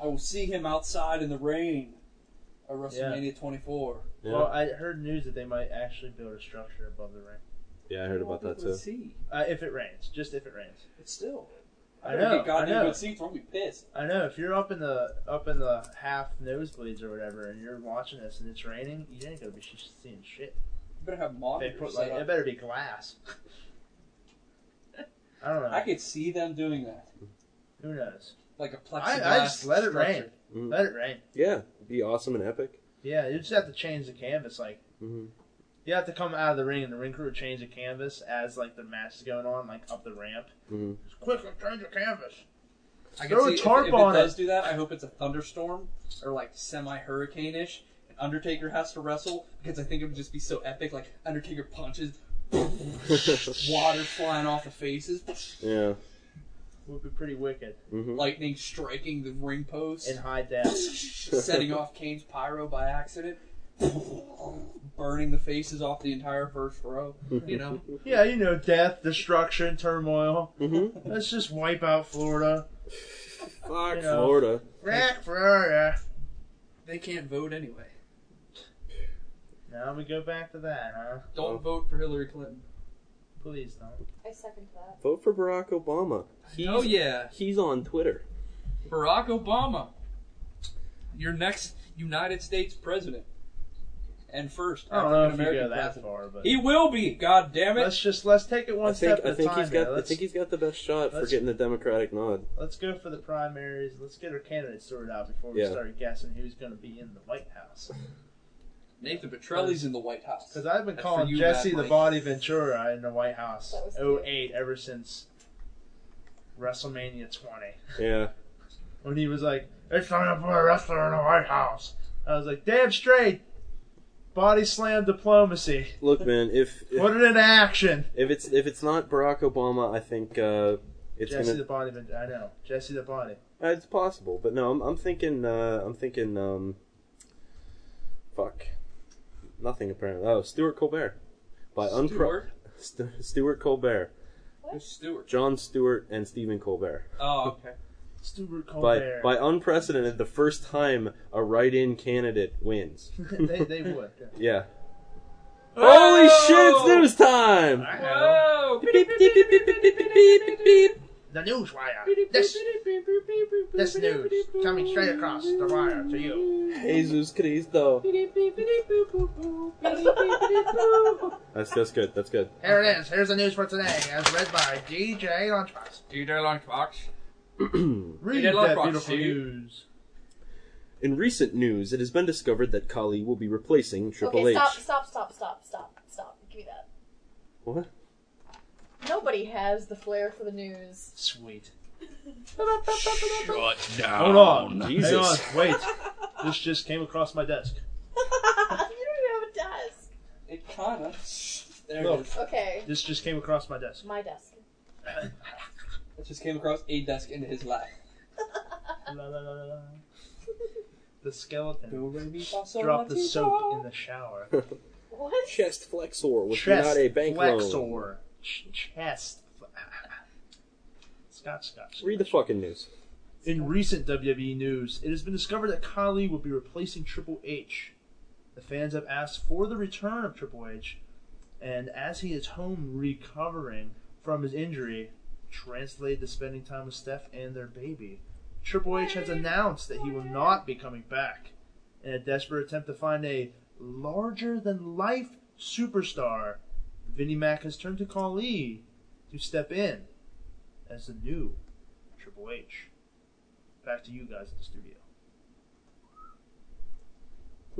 Speaker 1: I will see him outside in the rain at WrestleMania 24.
Speaker 3: Yeah,
Speaker 2: Well, I heard news that they might actually build a structure above the ring.
Speaker 3: yeah I heard about that too.
Speaker 1: Let's see,
Speaker 2: Uh, if it rains, just if it rains.
Speaker 1: but still,
Speaker 2: I
Speaker 1: better
Speaker 2: know.
Speaker 1: Get
Speaker 2: I
Speaker 1: goddamn
Speaker 2: know.
Speaker 1: good seats. or I'm gonna be pissed.
Speaker 2: I know. If you're up in the up in the half nosebleeds or whatever, and you're watching this and it's raining, you ain't gonna be sh- seeing shit.
Speaker 1: You better have
Speaker 2: They
Speaker 1: monitors.
Speaker 2: put
Speaker 1: set
Speaker 2: like
Speaker 1: up.
Speaker 2: it better be glass. I don't know.
Speaker 1: I could see them doing that,
Speaker 2: Who knows?
Speaker 1: like a plexiglass.
Speaker 2: I, I just let it rain.
Speaker 1: structure.
Speaker 3: Mm.
Speaker 2: Let it rain.
Speaker 3: Yeah, it'd be awesome and epic.
Speaker 2: Yeah, you just have to change the canvas. Like
Speaker 3: Mhm.
Speaker 2: you have to come out of the ring, and the ring crew would change the canvas as like the match is going on, like up the ramp.
Speaker 3: Mhm.
Speaker 2: Just quickly change the canvas.
Speaker 1: I
Speaker 2: Throw a
Speaker 1: see if-
Speaker 2: tarp
Speaker 1: if,
Speaker 2: on
Speaker 1: it does
Speaker 2: it.
Speaker 1: do that. I hope it's a thunderstorm or like semi hurricane ish. And Undertaker has to wrestle because I think it would just be so epic. Like Undertaker punches, water flying off the faces,
Speaker 3: Yeah.
Speaker 2: Would be pretty wicked
Speaker 3: hmm
Speaker 1: lightning striking the ring post,
Speaker 2: in high def.
Speaker 1: setting off Kane's pyro by accident, burning the faces off the entire first row. You know,
Speaker 2: yeah, you know, death, destruction, turmoil.
Speaker 3: hmm
Speaker 2: Let's just wipe out Florida.
Speaker 3: Fuck
Speaker 2: You know.
Speaker 3: Florida.
Speaker 2: Rah, Florida.
Speaker 1: they can't vote anyway.
Speaker 2: Now we go back to that, huh?
Speaker 1: Don't
Speaker 3: Oh.
Speaker 1: vote for Hillary Clinton.
Speaker 2: Please don't.
Speaker 5: I second that.
Speaker 3: Vote for Barack Obama. He's,
Speaker 1: oh yeah.
Speaker 3: He's on Twitter.
Speaker 1: Barack Obama, your next United States president, and first
Speaker 2: I don't know if
Speaker 1: African
Speaker 2: you go
Speaker 1: American
Speaker 2: that
Speaker 1: president.
Speaker 2: far, but
Speaker 1: He will be. God damn it!
Speaker 2: let's just let's take it one
Speaker 3: I think
Speaker 2: step
Speaker 3: I
Speaker 2: at a
Speaker 3: think
Speaker 2: time.
Speaker 3: he's got
Speaker 2: here.
Speaker 3: I
Speaker 2: Let's,
Speaker 3: think he's got the best shot for
Speaker 2: let's-
Speaker 3: getting the Democratic nod.
Speaker 2: let's go for the primaries. Let's get our candidates sorted out before we
Speaker 3: Yeah.
Speaker 2: start guessing who's going to be in the White House.
Speaker 1: Nathan Petrelli's in the White House.
Speaker 2: Because I've been
Speaker 1: That's
Speaker 2: calling
Speaker 1: for you,
Speaker 2: Jesse
Speaker 1: Matt
Speaker 2: the
Speaker 1: Mike.
Speaker 2: Body Ventura in the White House
Speaker 5: That was cute.
Speaker 2: 08 ever since WrestleMania 20.
Speaker 3: Yeah.
Speaker 2: When he was like, it's time to put a wrestler in the White House. I was like, damn straight. Body slam diplomacy.
Speaker 3: Look, man, if
Speaker 2: Put
Speaker 3: if,
Speaker 2: it into action.
Speaker 3: if it's if it's not Barack Obama, I think uh, it's
Speaker 2: Jesse
Speaker 3: gonna
Speaker 2: the Body Ventura. I know. Jesse the Body.
Speaker 3: Uh, it's possible, but no, I'm, I'm thinking. Uh, I'm thinking. Um, fuck, nothing apparently. Oh, Stuart Colbert, by unpro
Speaker 1: Stewart?
Speaker 3: St- Stuart Colbert,
Speaker 1: Who's Stewart?
Speaker 3: John Stewart, and Stephen Colbert.
Speaker 1: Oh, okay.
Speaker 2: Stuart
Speaker 3: By
Speaker 2: Colbert.
Speaker 3: by unprecedented, the first time a write-in candidate wins.
Speaker 2: they, they would.
Speaker 3: Yeah. Holy shit! It's
Speaker 1: Whoa!
Speaker 3: news time.
Speaker 2: I know.
Speaker 1: Whoa!
Speaker 3: Oh! Beep, beep, beep, beep, beep, beep, beep, beep, beep, beep.
Speaker 2: The news wire. This, this news coming straight across the wire to you.
Speaker 3: Jesus Cristo. That's that's good. That's good.
Speaker 2: Here it is. Here's the news for today, as read by DJ Lunchbox.
Speaker 1: DJ Lunchbox. DJ
Speaker 2: Read that
Speaker 1: Lunchbox,
Speaker 2: beautiful
Speaker 1: dude.
Speaker 2: news.
Speaker 3: In recent news, it has been discovered that Kali will be replacing Triple
Speaker 5: okay,
Speaker 3: H.
Speaker 5: stop, stop, stop, stop, stop, stop. Give me that.
Speaker 3: What?
Speaker 5: Nobody has the flair for the news.
Speaker 2: Sweet.
Speaker 6: Shut down.
Speaker 2: Hold on.
Speaker 3: Oh, Jesus.
Speaker 2: Hang on. Wait. this just came across my desk.
Speaker 5: you don't even have a desk.
Speaker 1: It kinda. There
Speaker 2: Look.
Speaker 1: it is.
Speaker 5: Okay,
Speaker 2: This just came across my desk.
Speaker 5: my desk.
Speaker 1: It just came across a desk into his lap.
Speaker 2: La, la, la, la, la. The skeleton
Speaker 1: Drop
Speaker 2: dropped the soap in the shower.
Speaker 5: What?
Speaker 3: Chest flexor with
Speaker 2: Chest
Speaker 3: not a bank
Speaker 2: flexor.
Speaker 3: loan.
Speaker 2: Ch- chest. Scotch, Scotch.
Speaker 3: Read the fucking news.
Speaker 2: In recent WWE news, it has been discovered that Kali will be replacing Triple H. The fans have asked for the return of Triple H, and as he is home recovering from his injury, translated to spending time with Steph and their baby, Triple H has announced that he will not be coming back. In a desperate attempt to find a larger than life superstar, Vinnie Mac has turned to Kali to step in as the new Triple H back to you guys at the studio.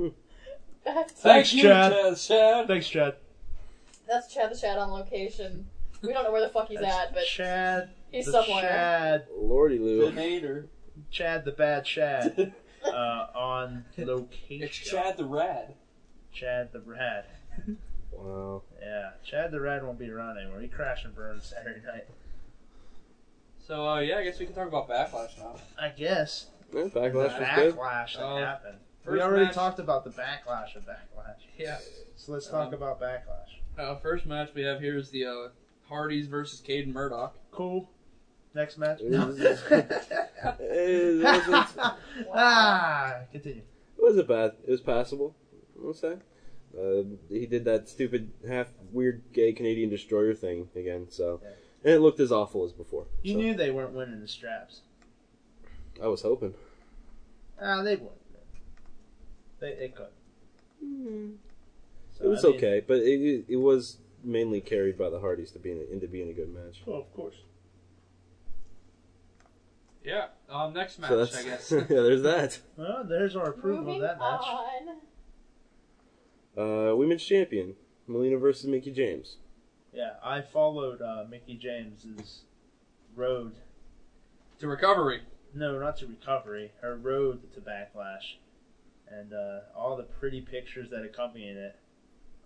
Speaker 5: That's,
Speaker 2: Thanks,
Speaker 1: Thank
Speaker 2: Chad.
Speaker 1: You, Chad.
Speaker 2: Thanks, Chad.
Speaker 5: that's Chad the Chad on location. We don't know where the fuck he's at, but
Speaker 2: Chad.
Speaker 5: he's
Speaker 2: the
Speaker 5: somewhere.
Speaker 2: Chad,
Speaker 3: Lordy
Speaker 1: The
Speaker 3: Lou.
Speaker 1: Nader.
Speaker 2: Chad the bad Chad uh, on location.
Speaker 1: It's Chad the Rad.
Speaker 2: Chad the rad.
Speaker 3: Wow.
Speaker 2: Yeah, Chad the rad won't be around anymore. He crashed and burned Saturday night.
Speaker 1: So uh, yeah, I guess we can talk about backlash now.
Speaker 2: I guess
Speaker 3: Yeah,
Speaker 2: the
Speaker 3: backlash was good.
Speaker 2: backlash that
Speaker 1: Oh.
Speaker 2: happened. We
Speaker 1: First
Speaker 2: already
Speaker 1: match-
Speaker 2: talked about the backlash of backlash.
Speaker 1: Yeah.
Speaker 2: So let's talk
Speaker 1: Um,
Speaker 2: about backlash.
Speaker 1: Uh, first match we have here is the uh, Hardys versus Caden Murdoch.
Speaker 2: Cool. Next match.
Speaker 3: It wasn't.
Speaker 2: ah, continue.
Speaker 3: It wasn't bad. It was passable. I'll say. Uh, he did that stupid half weird gay Canadian destroyer thing again. So,
Speaker 2: Yeah.
Speaker 3: and it looked as awful as before.
Speaker 2: You
Speaker 3: so,
Speaker 2: knew they weren't winning the straps.
Speaker 3: I was hoping.
Speaker 2: Ah, they would. They they could. So,
Speaker 3: Mm-hmm. It was
Speaker 2: I mean-
Speaker 3: okay, but it, it it was mainly carried by the Hardys to being into being a good match.
Speaker 2: Well, of course.
Speaker 1: Yeah. Um, next match,
Speaker 3: so that's
Speaker 1: I guess.
Speaker 3: yeah. There's that.
Speaker 2: Well, there's our approval
Speaker 5: moving
Speaker 2: of that match.
Speaker 5: on.
Speaker 3: Uh, women's champion Melina versus Mickey James.
Speaker 2: Yeah, I followed uh, Mickey James's road.
Speaker 1: to recovery.
Speaker 2: No, not to recovery. Her road to backlash, and uh, all the pretty pictures that accompanied it.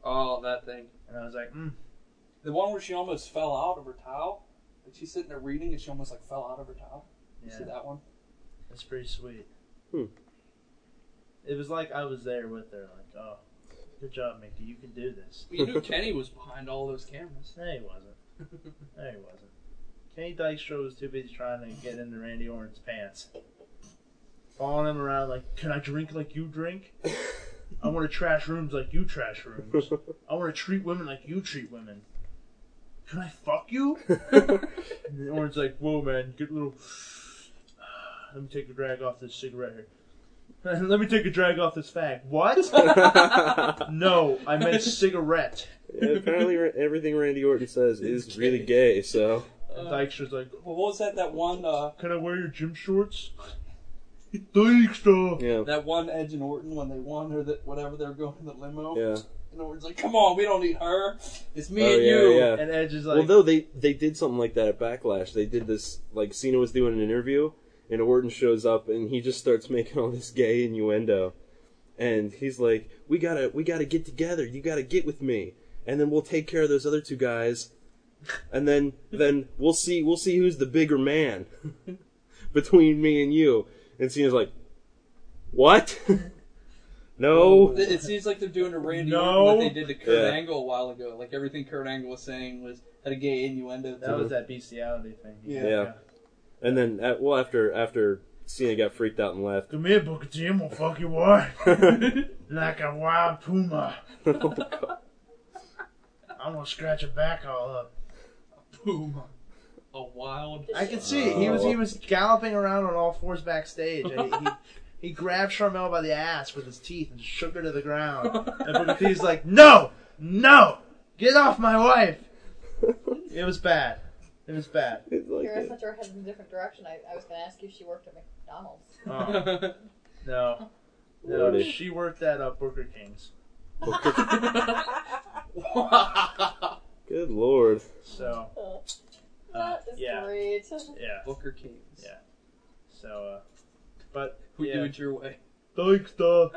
Speaker 1: Oh, that thing.
Speaker 2: And I was like, mm,
Speaker 1: The one where she almost fell out of her towel. Like she's sitting there reading and she almost like fell out of her towel. You see
Speaker 2: yeah,
Speaker 1: that one?
Speaker 2: that's pretty sweet.
Speaker 3: Hmm.
Speaker 2: It was like I was there with her. Like, oh, good job, Mickey. You can do this.
Speaker 1: You knew Kenny was behind all those cameras.
Speaker 2: No, he wasn't. No, he wasn't. Kenny Dykstra was too busy trying to get into Randy Orton's pants. Following him around like, can I drink like you drink? I want to trash rooms like you trash rooms. I want to treat women like you treat women. Can I fuck you? And then Orton's like, whoa, man, get a little. Let me take a drag off this cigarette here. Let me take a drag off this fag. What?
Speaker 3: yeah,
Speaker 2: no, I meant cigarette.
Speaker 3: apparently, ra- everything Randy Orton says is really gay. So
Speaker 2: And Dykstra's like,
Speaker 1: Well, what was that? That one. Uh,
Speaker 2: "Can I wear your gym shorts?" Dijkstra.
Speaker 3: Yeah.
Speaker 1: That one Edge and Orton when they won or that whatever they're going in the limo.
Speaker 3: Yeah.
Speaker 1: And Orton's like, "Come on, we don't need her. It's me
Speaker 3: Oh,
Speaker 1: and
Speaker 3: yeah,
Speaker 1: you."
Speaker 3: yeah.
Speaker 2: And Edge is
Speaker 3: well,
Speaker 2: like,
Speaker 3: though they they did something like that at Backlash. They did this like Cena was doing an interview, and Orton shows up, and he just starts making all this gay innuendo, and he's like, "We gotta we gotta get together. You gotta get with me, and then we'll take care of those other two guys, and then then we'll see we'll see who's the bigger man between me and you." And Cena's like, "What? no."
Speaker 1: It it seems like they're doing to Randy Orton
Speaker 2: No.
Speaker 1: what they did to Kurt
Speaker 3: Yeah.
Speaker 1: Angle a while ago. Like everything Kurt Angle was saying was had a gay innuendo.
Speaker 2: that was that bestiality thing.
Speaker 1: Yeah.
Speaker 3: Yeah. And then at, well after after Cena got freaked out and left.
Speaker 2: Come here, Booker T. I'm gonna fuck you wide like a wild puma.
Speaker 3: Oh, God.
Speaker 2: I'm gonna scratch your back all up.
Speaker 1: Boom. A wild.
Speaker 2: I could see it. he was he was galloping around on all fours backstage. And he, he, he grabbed Charmel by the ass with his teeth and shook her to the ground. And Booker T's like, "No, no, get off my wife!" It was bad. It was bad.
Speaker 3: It's like
Speaker 5: Kara
Speaker 3: that.
Speaker 5: sent her head in a different direction. I, I was going to ask you if she worked at McDonald's.
Speaker 2: Oh, no, no,
Speaker 3: Lordy.
Speaker 2: she worked that up, Booker King's.
Speaker 1: wow.
Speaker 3: Good lord.
Speaker 2: So Uh,
Speaker 5: That is
Speaker 2: yeah.
Speaker 5: great.
Speaker 2: yeah,
Speaker 1: Booker Kings.
Speaker 2: Yeah. so uh, but
Speaker 1: We do
Speaker 2: Yeah.
Speaker 1: it your way.
Speaker 2: thanks, duh.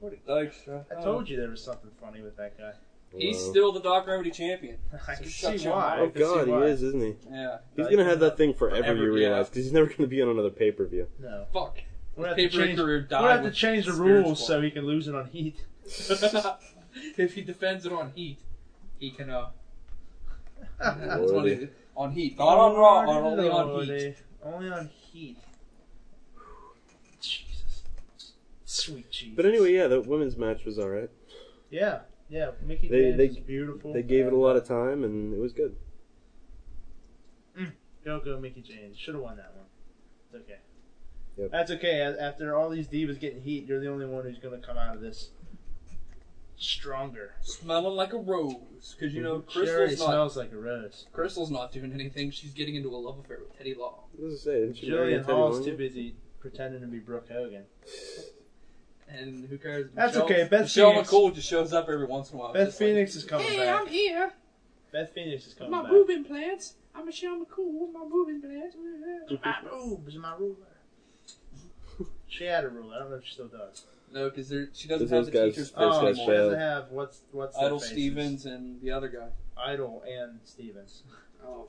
Speaker 1: What extra?
Speaker 2: I told you there was something funny with that guy.
Speaker 1: uh, He's
Speaker 3: Wow.
Speaker 1: still the Doc Remedy champion.
Speaker 2: I
Speaker 1: So
Speaker 2: can
Speaker 1: shut
Speaker 2: see
Speaker 1: your
Speaker 2: why.
Speaker 1: mouth.
Speaker 2: I
Speaker 3: Oh
Speaker 2: can see
Speaker 3: god, he
Speaker 2: why.
Speaker 3: is, isn't he?
Speaker 1: Yeah.
Speaker 3: He's gonna have that thing forever,
Speaker 1: Forever,
Speaker 3: you
Speaker 1: yeah.
Speaker 3: realize, because he's never gonna be on another pay per view.
Speaker 2: No,
Speaker 1: Fuck.
Speaker 2: we're gonna have
Speaker 1: Paper
Speaker 2: to change.
Speaker 1: career
Speaker 2: We're
Speaker 1: died
Speaker 2: gonna have to
Speaker 1: with
Speaker 2: change the
Speaker 1: spiritual.
Speaker 2: rules so he can lose it on Heat.
Speaker 1: if he defends it on heat, he can. Uh, that's what
Speaker 3: Lordy.
Speaker 1: he, on heat, not on raw, on only on heat.
Speaker 2: Lordy. Only on heat. Jesus. Sweet Jesus.
Speaker 3: But anyway, yeah, the women's match was alright.
Speaker 2: Yeah, yeah. Mickey they,
Speaker 3: They- they-
Speaker 2: was beautiful.
Speaker 3: They gave it a lot of time and it was good.
Speaker 2: Go go Mickey James. Should have won that one. It's okay.
Speaker 3: Yep.
Speaker 2: That's okay. a- After all these divas getting heat, you're the only one who's gonna come out of this stronger.
Speaker 1: Smelling like a rose, because you know
Speaker 2: Mm-hmm. She already
Speaker 1: Crystal's not.
Speaker 2: smells like a rose.
Speaker 1: Crystal's not doing anything. She's getting into a love affair with Teddy Long.
Speaker 3: What does it say? Didn't she marry
Speaker 2: Jillian
Speaker 3: Teddy
Speaker 2: Hall's
Speaker 3: Long?
Speaker 2: too busy pretending to be Brooke Hogan.
Speaker 1: And who cares?
Speaker 2: That's
Speaker 1: Michelle,
Speaker 2: okay, Beth
Speaker 1: Michelle
Speaker 2: Phoenix-
Speaker 1: McCool just shows up every once in a while.
Speaker 2: Beth
Speaker 1: just like,
Speaker 2: Phoenix is coming
Speaker 1: Hey,
Speaker 2: back.
Speaker 1: I'm here.
Speaker 2: Beth Phoenix is coming
Speaker 1: My
Speaker 2: back.
Speaker 1: boob implants. I'm Michelle McCool with my boob implants.
Speaker 2: My boobs, my ruler. She had a ruler. I don't know if she still does.
Speaker 1: No, because she doesn't have
Speaker 3: Those
Speaker 1: the
Speaker 3: guys-
Speaker 1: teacher's
Speaker 3: those
Speaker 1: pets
Speaker 2: Oh,
Speaker 3: guy's
Speaker 2: she
Speaker 1: anymore.
Speaker 3: failed.
Speaker 2: doesn't have what's what's their
Speaker 1: Idol
Speaker 2: faces?
Speaker 1: Stevens and the other guy.
Speaker 2: Idol and Stevens.
Speaker 1: Oh,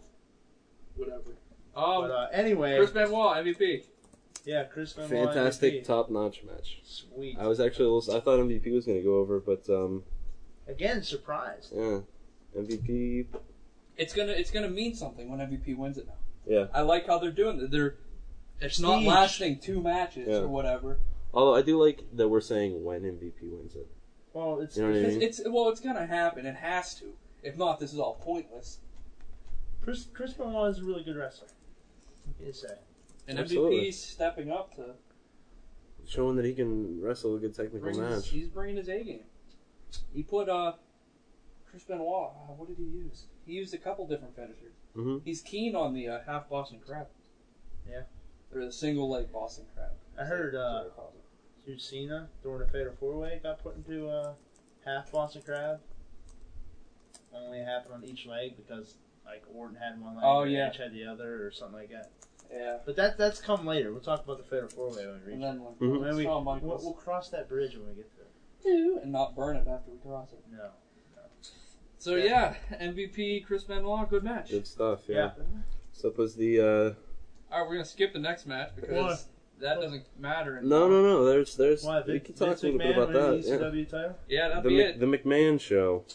Speaker 1: whatever.
Speaker 2: But
Speaker 1: Um,
Speaker 2: uh, anyway,
Speaker 1: Chris Benoit, MVP.
Speaker 2: yeah, Chris Benoit.
Speaker 3: Fantastic
Speaker 2: MVP.
Speaker 3: top notch match.
Speaker 2: Sweet.
Speaker 3: I was actually a little, I thought MVP was gonna go over, but um
Speaker 2: Again, surprised.
Speaker 3: yeah. MVP
Speaker 1: It's gonna it's gonna mean something when MVP wins it now.
Speaker 3: Yeah.
Speaker 1: I like how they're doing it. They're it's not
Speaker 2: Prestige.
Speaker 1: lasting two matches
Speaker 3: Yeah.
Speaker 1: or whatever.
Speaker 3: although I do like that we're saying when MVP wins it.
Speaker 2: Well, it's
Speaker 3: You know what I mean?
Speaker 1: It's, it's well, it's gonna happen. It has to. If not, this is all pointless.
Speaker 2: Chris. Chris Benoit is a really good wrestler. What can you say?
Speaker 1: And
Speaker 3: Absolutely.
Speaker 1: MVP's stepping up to
Speaker 3: Showing that he can wrestle a good technical
Speaker 1: bring his,
Speaker 3: match.
Speaker 1: he's bringing his A game. He put uh Chris Benoit. Uh, what did he use? He used a couple different finishers.
Speaker 3: hmm
Speaker 1: He's keen on the uh, half Boston crab.
Speaker 2: Yeah.
Speaker 1: Or the single leg Boston crab.
Speaker 2: I heard uh, Hugh Cena during a fatal four way got put into uh, half Boston crab. Only happened on each leg because like Orton had one leg,
Speaker 1: Oh,
Speaker 2: and
Speaker 1: yeah.
Speaker 2: Edge had the other, or something like that.
Speaker 1: Yeah.
Speaker 2: But that that's come later. We'll talk about the fatal four way when we
Speaker 1: And
Speaker 2: reach. it.
Speaker 1: then like,
Speaker 3: Mhm.
Speaker 2: When we,
Speaker 1: Shawn
Speaker 2: we'll,
Speaker 1: Michaels.
Speaker 2: we'll cross that bridge when we get there.
Speaker 1: do and not burn it after we cross it.
Speaker 2: No.
Speaker 1: So yeah,
Speaker 2: Yeah.
Speaker 1: MVP Chris Benoit, good match.
Speaker 3: Good stuff, yeah.
Speaker 2: Yeah.
Speaker 3: So that was the uh
Speaker 1: All right, we're gonna skip the next match because
Speaker 2: Why?
Speaker 1: that doesn't matter.
Speaker 3: No,
Speaker 1: Anymore.
Speaker 3: no, no. There's, there's.
Speaker 2: Why?
Speaker 3: we
Speaker 2: Vince,
Speaker 3: can talk
Speaker 2: Vince
Speaker 3: a little bit
Speaker 2: McMahon
Speaker 3: about that.
Speaker 2: winning the
Speaker 3: Yeah.
Speaker 2: ECW title?
Speaker 1: Yeah, that'd
Speaker 3: The,
Speaker 1: be
Speaker 3: Mc,
Speaker 1: it.
Speaker 3: the McMahon show.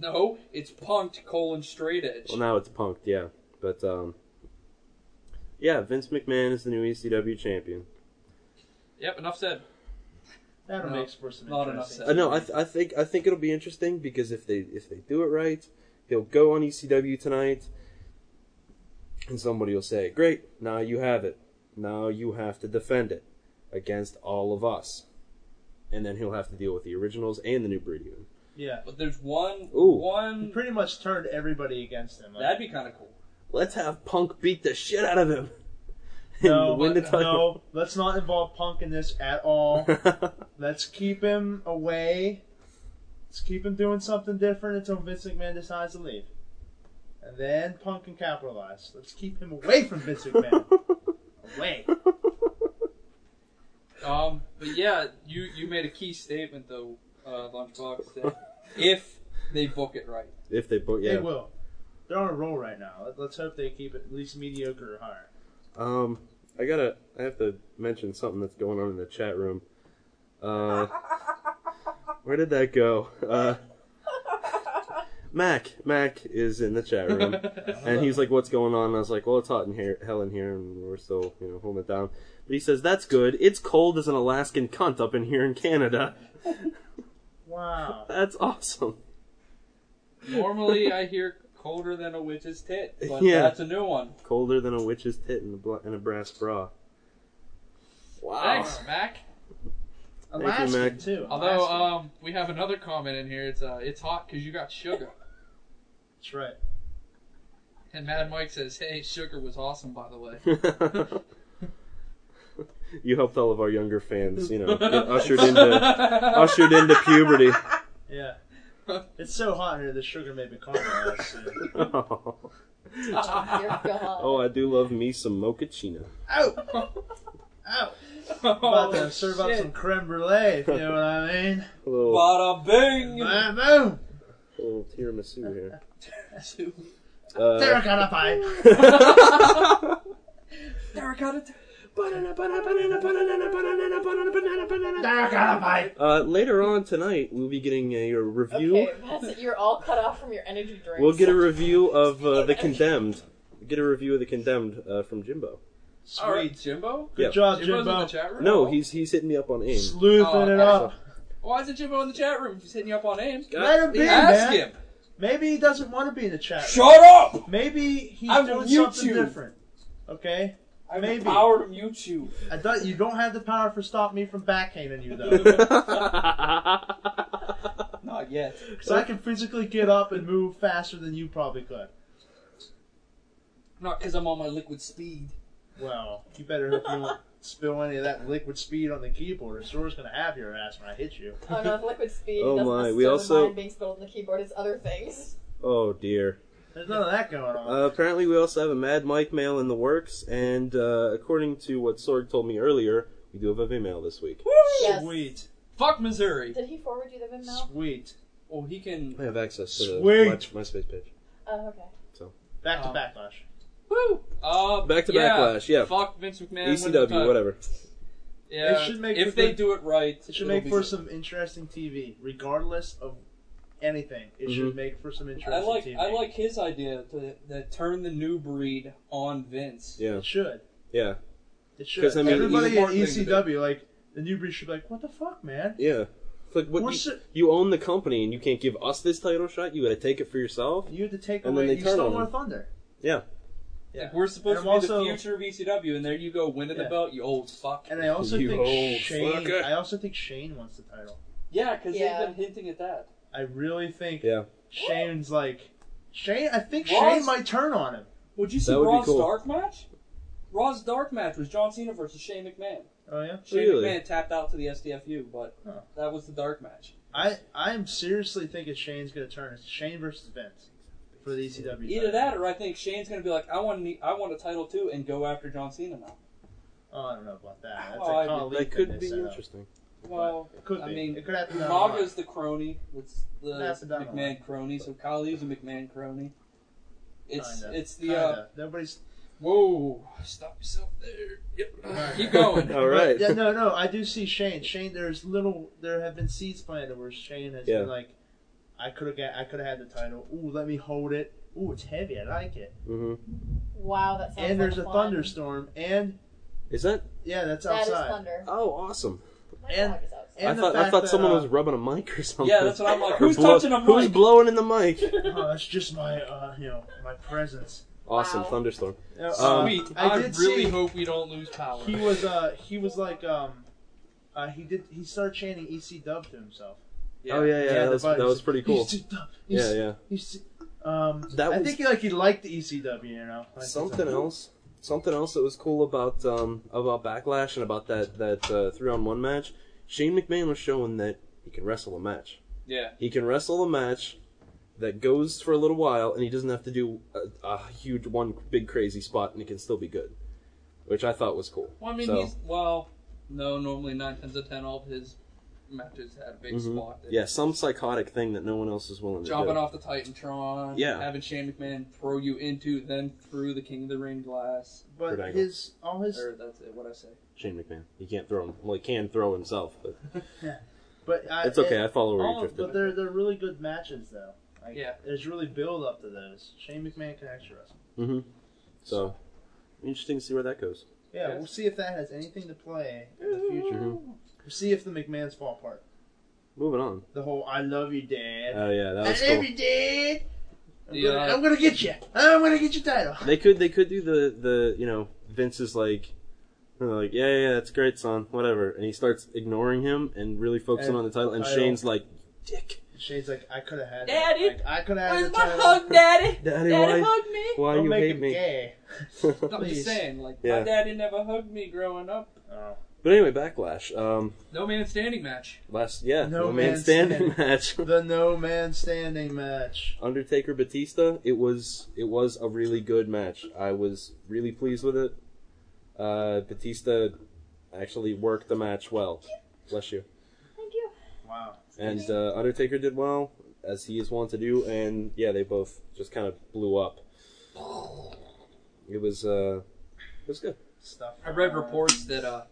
Speaker 1: No, it's Punked colon straight edge.
Speaker 3: Well, now it's punked, yeah. But um, yeah, Vince McMahon is the new ECW champion.
Speaker 1: Yep, enough said.
Speaker 2: That'll
Speaker 1: No,
Speaker 2: make for some
Speaker 1: not enough
Speaker 2: interesting.
Speaker 1: said.
Speaker 3: Uh, no, I, th- I think, I think it'll be interesting because if they, if they do it right, he'll go on ECW tonight, and somebody will say, "Great, now you have it. Now you have to defend it against all of us." And then he'll have to deal with the originals and the new breed. even.
Speaker 2: yeah.
Speaker 1: But there's one,
Speaker 3: Ooh.
Speaker 2: He
Speaker 1: one
Speaker 2: pretty much turned everybody against him. Like,
Speaker 1: that'd be kind of cool.
Speaker 3: Let's have Punk beat the shit out of him.
Speaker 2: No,
Speaker 3: when to
Speaker 2: but-
Speaker 3: tell
Speaker 2: no. Let's not involve Punk in this at all. Let's keep him away. Let's keep him doing something different until Vince McMahon decides to leave. And then Punk can capitalize. Let's keep him away from Vince McMahon. away.
Speaker 1: Um, but yeah, you you made a key statement though, uh, Lunchbox. That if they book it right,
Speaker 3: if they both,
Speaker 2: They
Speaker 3: yeah.
Speaker 2: will. They're on a roll right now. Let- Let's hope they keep it at least mediocre or higher.
Speaker 3: Um, I gotta, I have to mention something that's going on in the chat room. Uh, where did that go? Uh, Mac, Mac is in the chat room, and he's like, "What's going on?" And I was like, "Well, it's hot in here, hell in here, and we're still, you know, holding it down." But he says, "That's good. It's cold as an Alaskan cunt up in here in Canada.
Speaker 2: Wow.
Speaker 3: That's awesome."
Speaker 1: normally I hear colder than a witch's tit, but
Speaker 3: Yeah.
Speaker 1: that's a new one.
Speaker 3: colder than a witch's tit in a, bla- in a brass bra. Wow.
Speaker 1: Thanks, Mac.
Speaker 3: you,
Speaker 2: Alaskan,
Speaker 3: Mac.
Speaker 2: too.
Speaker 1: Although
Speaker 2: Alaskan.
Speaker 1: um, we have another comment in here. It's uh, it's hot because you got sugar.
Speaker 2: That's right.
Speaker 1: And Mad Mike says, "Hey, sugar was awesome, by the way."
Speaker 3: you helped all of our younger fans, you know, get ushered into ushered into puberty.
Speaker 2: Yeah. It's so hot here, the sugar made me caramelize. soon.
Speaker 3: Oh,
Speaker 5: Dear God.
Speaker 3: I do love me some mochaccino.
Speaker 2: Ow! Ow!
Speaker 1: Oh,
Speaker 2: About to Oh. uh, serve up
Speaker 1: shit.
Speaker 2: some creme brulee, if you know what I mean.
Speaker 3: A little,
Speaker 1: Bada bing.
Speaker 2: Bam, boom!
Speaker 3: a little tiramisu here. Uh,
Speaker 2: Terracotta pie!
Speaker 1: Terracotta.
Speaker 2: Terracotta pie!
Speaker 3: uh, later on tonight, we'll be getting a, review.
Speaker 5: Okay, that's, you're all cut off from your energy drinks.
Speaker 3: We'll get a review of uh, the condemned. Get a review of the condemned uh, from Jimbo.
Speaker 1: All right,
Speaker 2: Sweet.
Speaker 1: Jimbo.
Speaker 3: Yeah.
Speaker 2: Good job,
Speaker 1: Jimbo's in the
Speaker 2: Jimbo.
Speaker 1: chat room.
Speaker 3: No, he's he's hitting me up on AIM.
Speaker 2: Sleuthing
Speaker 1: Oh,
Speaker 2: it up.
Speaker 1: Why isn't Jimbo in the chat room? if He's hitting you up on AIM.
Speaker 2: Let him be,
Speaker 1: Ask
Speaker 2: man.
Speaker 1: him.
Speaker 2: Maybe he doesn't want to be in the chat.
Speaker 1: Shut up.
Speaker 2: Maybe he's
Speaker 1: I'm
Speaker 2: doing
Speaker 1: YouTube.
Speaker 2: something different. Okay?
Speaker 1: I have
Speaker 2: Maybe.
Speaker 1: the power to mute you.
Speaker 2: I don't, you don't have the power for stop me from backhanding you, though.
Speaker 1: Not yet.
Speaker 2: Because I can physically get up and move faster than you probably could.
Speaker 1: Not because I'm on my liquid speed.
Speaker 2: Well, you better hope you don't spill any of that liquid speed on the keyboard. or Sora's gonna have your ass when I hit you.
Speaker 5: Oh no, if liquid speed.
Speaker 3: Oh
Speaker 5: doesn't
Speaker 3: my, we
Speaker 5: necessarily
Speaker 3: also-
Speaker 5: mind being spilled on the keyboard. It's other things.
Speaker 3: oh dear.
Speaker 2: There's none of that going on.
Speaker 3: Uh, apparently, we also have a Mad Mike mail in the works, and uh, according to what Sorg told me earlier, we do have a Vim mail this week.
Speaker 5: Yes.
Speaker 2: Sweet,
Speaker 1: Fuck Missouri.
Speaker 5: Did he forward you the Vim now?
Speaker 2: sweet.
Speaker 1: Well, he can.
Speaker 3: I have access to the
Speaker 2: Sweet.
Speaker 3: my, MySpace page.
Speaker 5: Oh, okay.
Speaker 2: Back to
Speaker 1: Um,
Speaker 2: backlash.
Speaker 1: Woo. Uh,
Speaker 3: Back to
Speaker 1: yeah.
Speaker 3: Backlash, yeah.
Speaker 1: Fuck Vince McMahon. win the title.
Speaker 3: ECW, whatever.
Speaker 1: Yeah.
Speaker 2: It should make
Speaker 1: if
Speaker 2: for
Speaker 1: they
Speaker 2: good-
Speaker 1: do it right,
Speaker 2: It should
Speaker 1: it'll
Speaker 2: make
Speaker 1: be
Speaker 2: for
Speaker 1: good.
Speaker 2: some interesting TV, regardless of anything. It
Speaker 3: Mm-hmm.
Speaker 2: should make for some interesting
Speaker 1: I like
Speaker 2: TV.
Speaker 1: I like his idea to, to turn the new breed on Vince.
Speaker 3: Yeah,
Speaker 2: It should.
Speaker 3: yeah,
Speaker 2: It should.
Speaker 3: 'Cause, I mean,
Speaker 1: it's
Speaker 2: Everybody
Speaker 1: an
Speaker 2: at
Speaker 1: important thing to
Speaker 2: ECW, like the new breed, should be like, "What the fuck, man?
Speaker 3: yeah. It's like what
Speaker 2: We're
Speaker 3: you,
Speaker 2: si-
Speaker 3: you own the company and you can't give us this title shot. You got to take it for yourself.
Speaker 2: You had to take
Speaker 3: And then
Speaker 2: away.
Speaker 3: they
Speaker 2: You
Speaker 3: turn
Speaker 2: stole
Speaker 3: on
Speaker 2: my
Speaker 3: him.
Speaker 2: thunder."
Speaker 3: Yeah.
Speaker 2: Yeah.
Speaker 1: Like we're supposed
Speaker 2: And
Speaker 1: to
Speaker 2: I'm
Speaker 1: be the
Speaker 2: also-
Speaker 1: future of ECW, and there you go, winning
Speaker 2: Yeah.
Speaker 1: the belt, you old fuck.
Speaker 2: And I also
Speaker 3: You
Speaker 2: think
Speaker 3: old
Speaker 2: Shane.
Speaker 3: fucker.
Speaker 2: I also think Shane wants the title.
Speaker 1: yeah, because
Speaker 5: Yeah.
Speaker 1: they've been hinting at that.
Speaker 2: I really think
Speaker 3: Yeah.
Speaker 2: Shane's like Shane. I think
Speaker 1: What?
Speaker 2: Shane might turn on him.
Speaker 1: Would you see
Speaker 3: That would be
Speaker 1: Raw's
Speaker 3: cool.
Speaker 1: dark match? Raw's dark match was John Cena versus Shane McMahon.
Speaker 2: Oh yeah.
Speaker 1: Shane
Speaker 3: Really?
Speaker 1: McMahon tapped out to the SDFU, but
Speaker 2: Huh.
Speaker 1: that was the dark match.
Speaker 2: I I'm seriously thinking Shane's gonna turn. It's Shane versus Vince for the ECW.
Speaker 1: Either
Speaker 2: title.
Speaker 1: that, or I think Shane's going to be like, I want, I want a title too, and go after John Cena now.
Speaker 2: Oh, I don't know about that. That's
Speaker 1: Oh, I-
Speaker 2: a Kali
Speaker 3: That could
Speaker 2: thing
Speaker 3: be
Speaker 2: they set up.
Speaker 3: interesting.
Speaker 1: Well,
Speaker 2: It could
Speaker 1: I
Speaker 2: be.
Speaker 1: mean,
Speaker 2: it could happen. down the line.
Speaker 1: Naga's the crony. It's the
Speaker 2: That's the
Speaker 1: McMahon
Speaker 2: Dynamite.
Speaker 1: crony. So Kali's a McMahon crony. It's
Speaker 2: Kinda.
Speaker 1: it's the uh,
Speaker 2: Kinda. nobody's.
Speaker 1: whoa. Stop yourself there. Yep. Keep
Speaker 3: All
Speaker 1: going.
Speaker 3: right.
Speaker 2: Yeah, no, no. I do see Shane. Shane, there's little. There have been seeds planted where Shane has
Speaker 3: Yeah.
Speaker 2: been like, I could have got, I could have had the title. Ooh, let me hold it. Ooh, it's heavy. I like it.
Speaker 3: hmm
Speaker 5: Wow, that sounds.
Speaker 2: and
Speaker 5: like
Speaker 2: there's a
Speaker 5: fun.
Speaker 2: thunderstorm. And
Speaker 3: Is that?
Speaker 2: yeah, that's
Speaker 5: That is
Speaker 2: outside.
Speaker 5: thunder.
Speaker 3: Oh, awesome.
Speaker 5: My
Speaker 2: And-
Speaker 5: dog is outside.
Speaker 2: and
Speaker 3: I
Speaker 2: the
Speaker 3: thought I
Speaker 2: fact
Speaker 3: thought
Speaker 2: that,
Speaker 3: someone
Speaker 2: uh,
Speaker 3: was rubbing a mic or something.
Speaker 1: yeah, that's what I'm like.
Speaker 3: Or
Speaker 1: Who's
Speaker 3: blow-
Speaker 1: touching a mic?
Speaker 3: Who's blowing in the mic?
Speaker 2: Oh, it's just my, uh, you know, my presence.
Speaker 3: Awesome
Speaker 5: Wow.
Speaker 3: thunderstorm.
Speaker 2: Uh,
Speaker 3: Um,
Speaker 1: Sweet.
Speaker 2: I
Speaker 1: I,
Speaker 2: did
Speaker 1: really
Speaker 2: see-
Speaker 1: hope we don't lose power.
Speaker 2: He was, uh, he was like, um, uh, he did. He started chanting EC Dub to himself.
Speaker 3: Oh yeah, yeah,
Speaker 2: Yeah,
Speaker 3: that
Speaker 2: the
Speaker 3: was
Speaker 2: buttons.
Speaker 3: that was pretty cool.
Speaker 2: EC Dub.
Speaker 3: Yeah, yeah.
Speaker 2: EC, um,
Speaker 3: That
Speaker 2: I
Speaker 3: was-
Speaker 2: think he, like he liked the ECW, you know. Like,
Speaker 3: Something
Speaker 2: it's a-
Speaker 3: else something else that was cool about um, about Backlash and about that that uh, three on one match. Shane McMahon was showing that he can wrestle a match.
Speaker 1: Yeah.
Speaker 3: He can wrestle a match that goes for a little while, and he doesn't have to do a, a huge one big crazy spot, and it can still be good, which I thought was cool.
Speaker 1: Well, I mean,
Speaker 3: So-
Speaker 1: he's well. No, normally nine tens of ten, all of his matches had a big
Speaker 3: Mhm.
Speaker 1: spot. that-
Speaker 3: yeah, some psychotic thing that no one else is willing to
Speaker 1: Jumping
Speaker 3: do.
Speaker 1: off the Titantron.
Speaker 3: Yeah.
Speaker 1: Having Shane McMahon throw you into, then through the King of the Ring glass.
Speaker 2: But
Speaker 3: Kurt Angle.
Speaker 2: his all his
Speaker 1: Or that's it. What I say.
Speaker 3: Shane McMahon, he can't throw him. Well, he can throw himself, but
Speaker 2: but I,
Speaker 3: it's okay.
Speaker 2: it-
Speaker 3: I follow where
Speaker 2: all
Speaker 3: you
Speaker 2: of- but
Speaker 3: drifted.
Speaker 2: they're they're really good matches though. Like,
Speaker 1: Yeah.
Speaker 2: There's really build up to those. Shane McMahon can actually wrestle.
Speaker 3: hmm So interesting to see where that goes.
Speaker 2: Yeah,
Speaker 1: Yes.
Speaker 2: we'll see if that has anything to play in the future.
Speaker 3: Mm-hmm.
Speaker 2: We'll see if the McMahons fall apart.
Speaker 3: Moving on.
Speaker 2: The whole "I love you, Dad."
Speaker 3: Oh yeah, that was
Speaker 2: I love
Speaker 3: cool.
Speaker 2: you, Dad. I'm,
Speaker 1: Yeah.
Speaker 5: uh,
Speaker 2: gonna, I'm gonna get you. I'm gonna get your title.
Speaker 3: They could they could do the the you know Vince is like they're like yeah yeah yeah, it's great son whatever and he starts ignoring him and really focusing
Speaker 2: And
Speaker 3: on the title and
Speaker 2: title.
Speaker 3: Shane's like dick
Speaker 2: Shane's like, I could have had.
Speaker 5: Daddy?
Speaker 2: that. Like, I could have had
Speaker 5: Where's
Speaker 2: the
Speaker 5: my
Speaker 2: title.
Speaker 5: hug, Daddy?
Speaker 3: daddy why
Speaker 5: Daddy, hug me.
Speaker 3: why
Speaker 2: Don't
Speaker 3: you
Speaker 2: make
Speaker 3: hate
Speaker 2: him
Speaker 3: me
Speaker 2: Gay.
Speaker 1: No, I'm
Speaker 2: Please.
Speaker 1: just saying, like,
Speaker 3: Yeah.
Speaker 1: my daddy never hugged me growing up.
Speaker 2: Oh.
Speaker 3: but anyway backlash um
Speaker 1: No man standing match.
Speaker 3: last yeah
Speaker 2: No
Speaker 3: no, man,
Speaker 2: man
Speaker 3: standing match
Speaker 2: The no man standing match.
Speaker 3: Undertaker Batista, it was it was a really good match. I was really pleased with it. Uh, Batista actually worked the match well. Bless you.
Speaker 5: Thank you.
Speaker 2: Wow.
Speaker 3: And uh, Undertaker did well as he is wont to do, and yeah, they both just kind of blew up. It was uh, it was good.
Speaker 2: Stuff.
Speaker 1: I read reports that uh,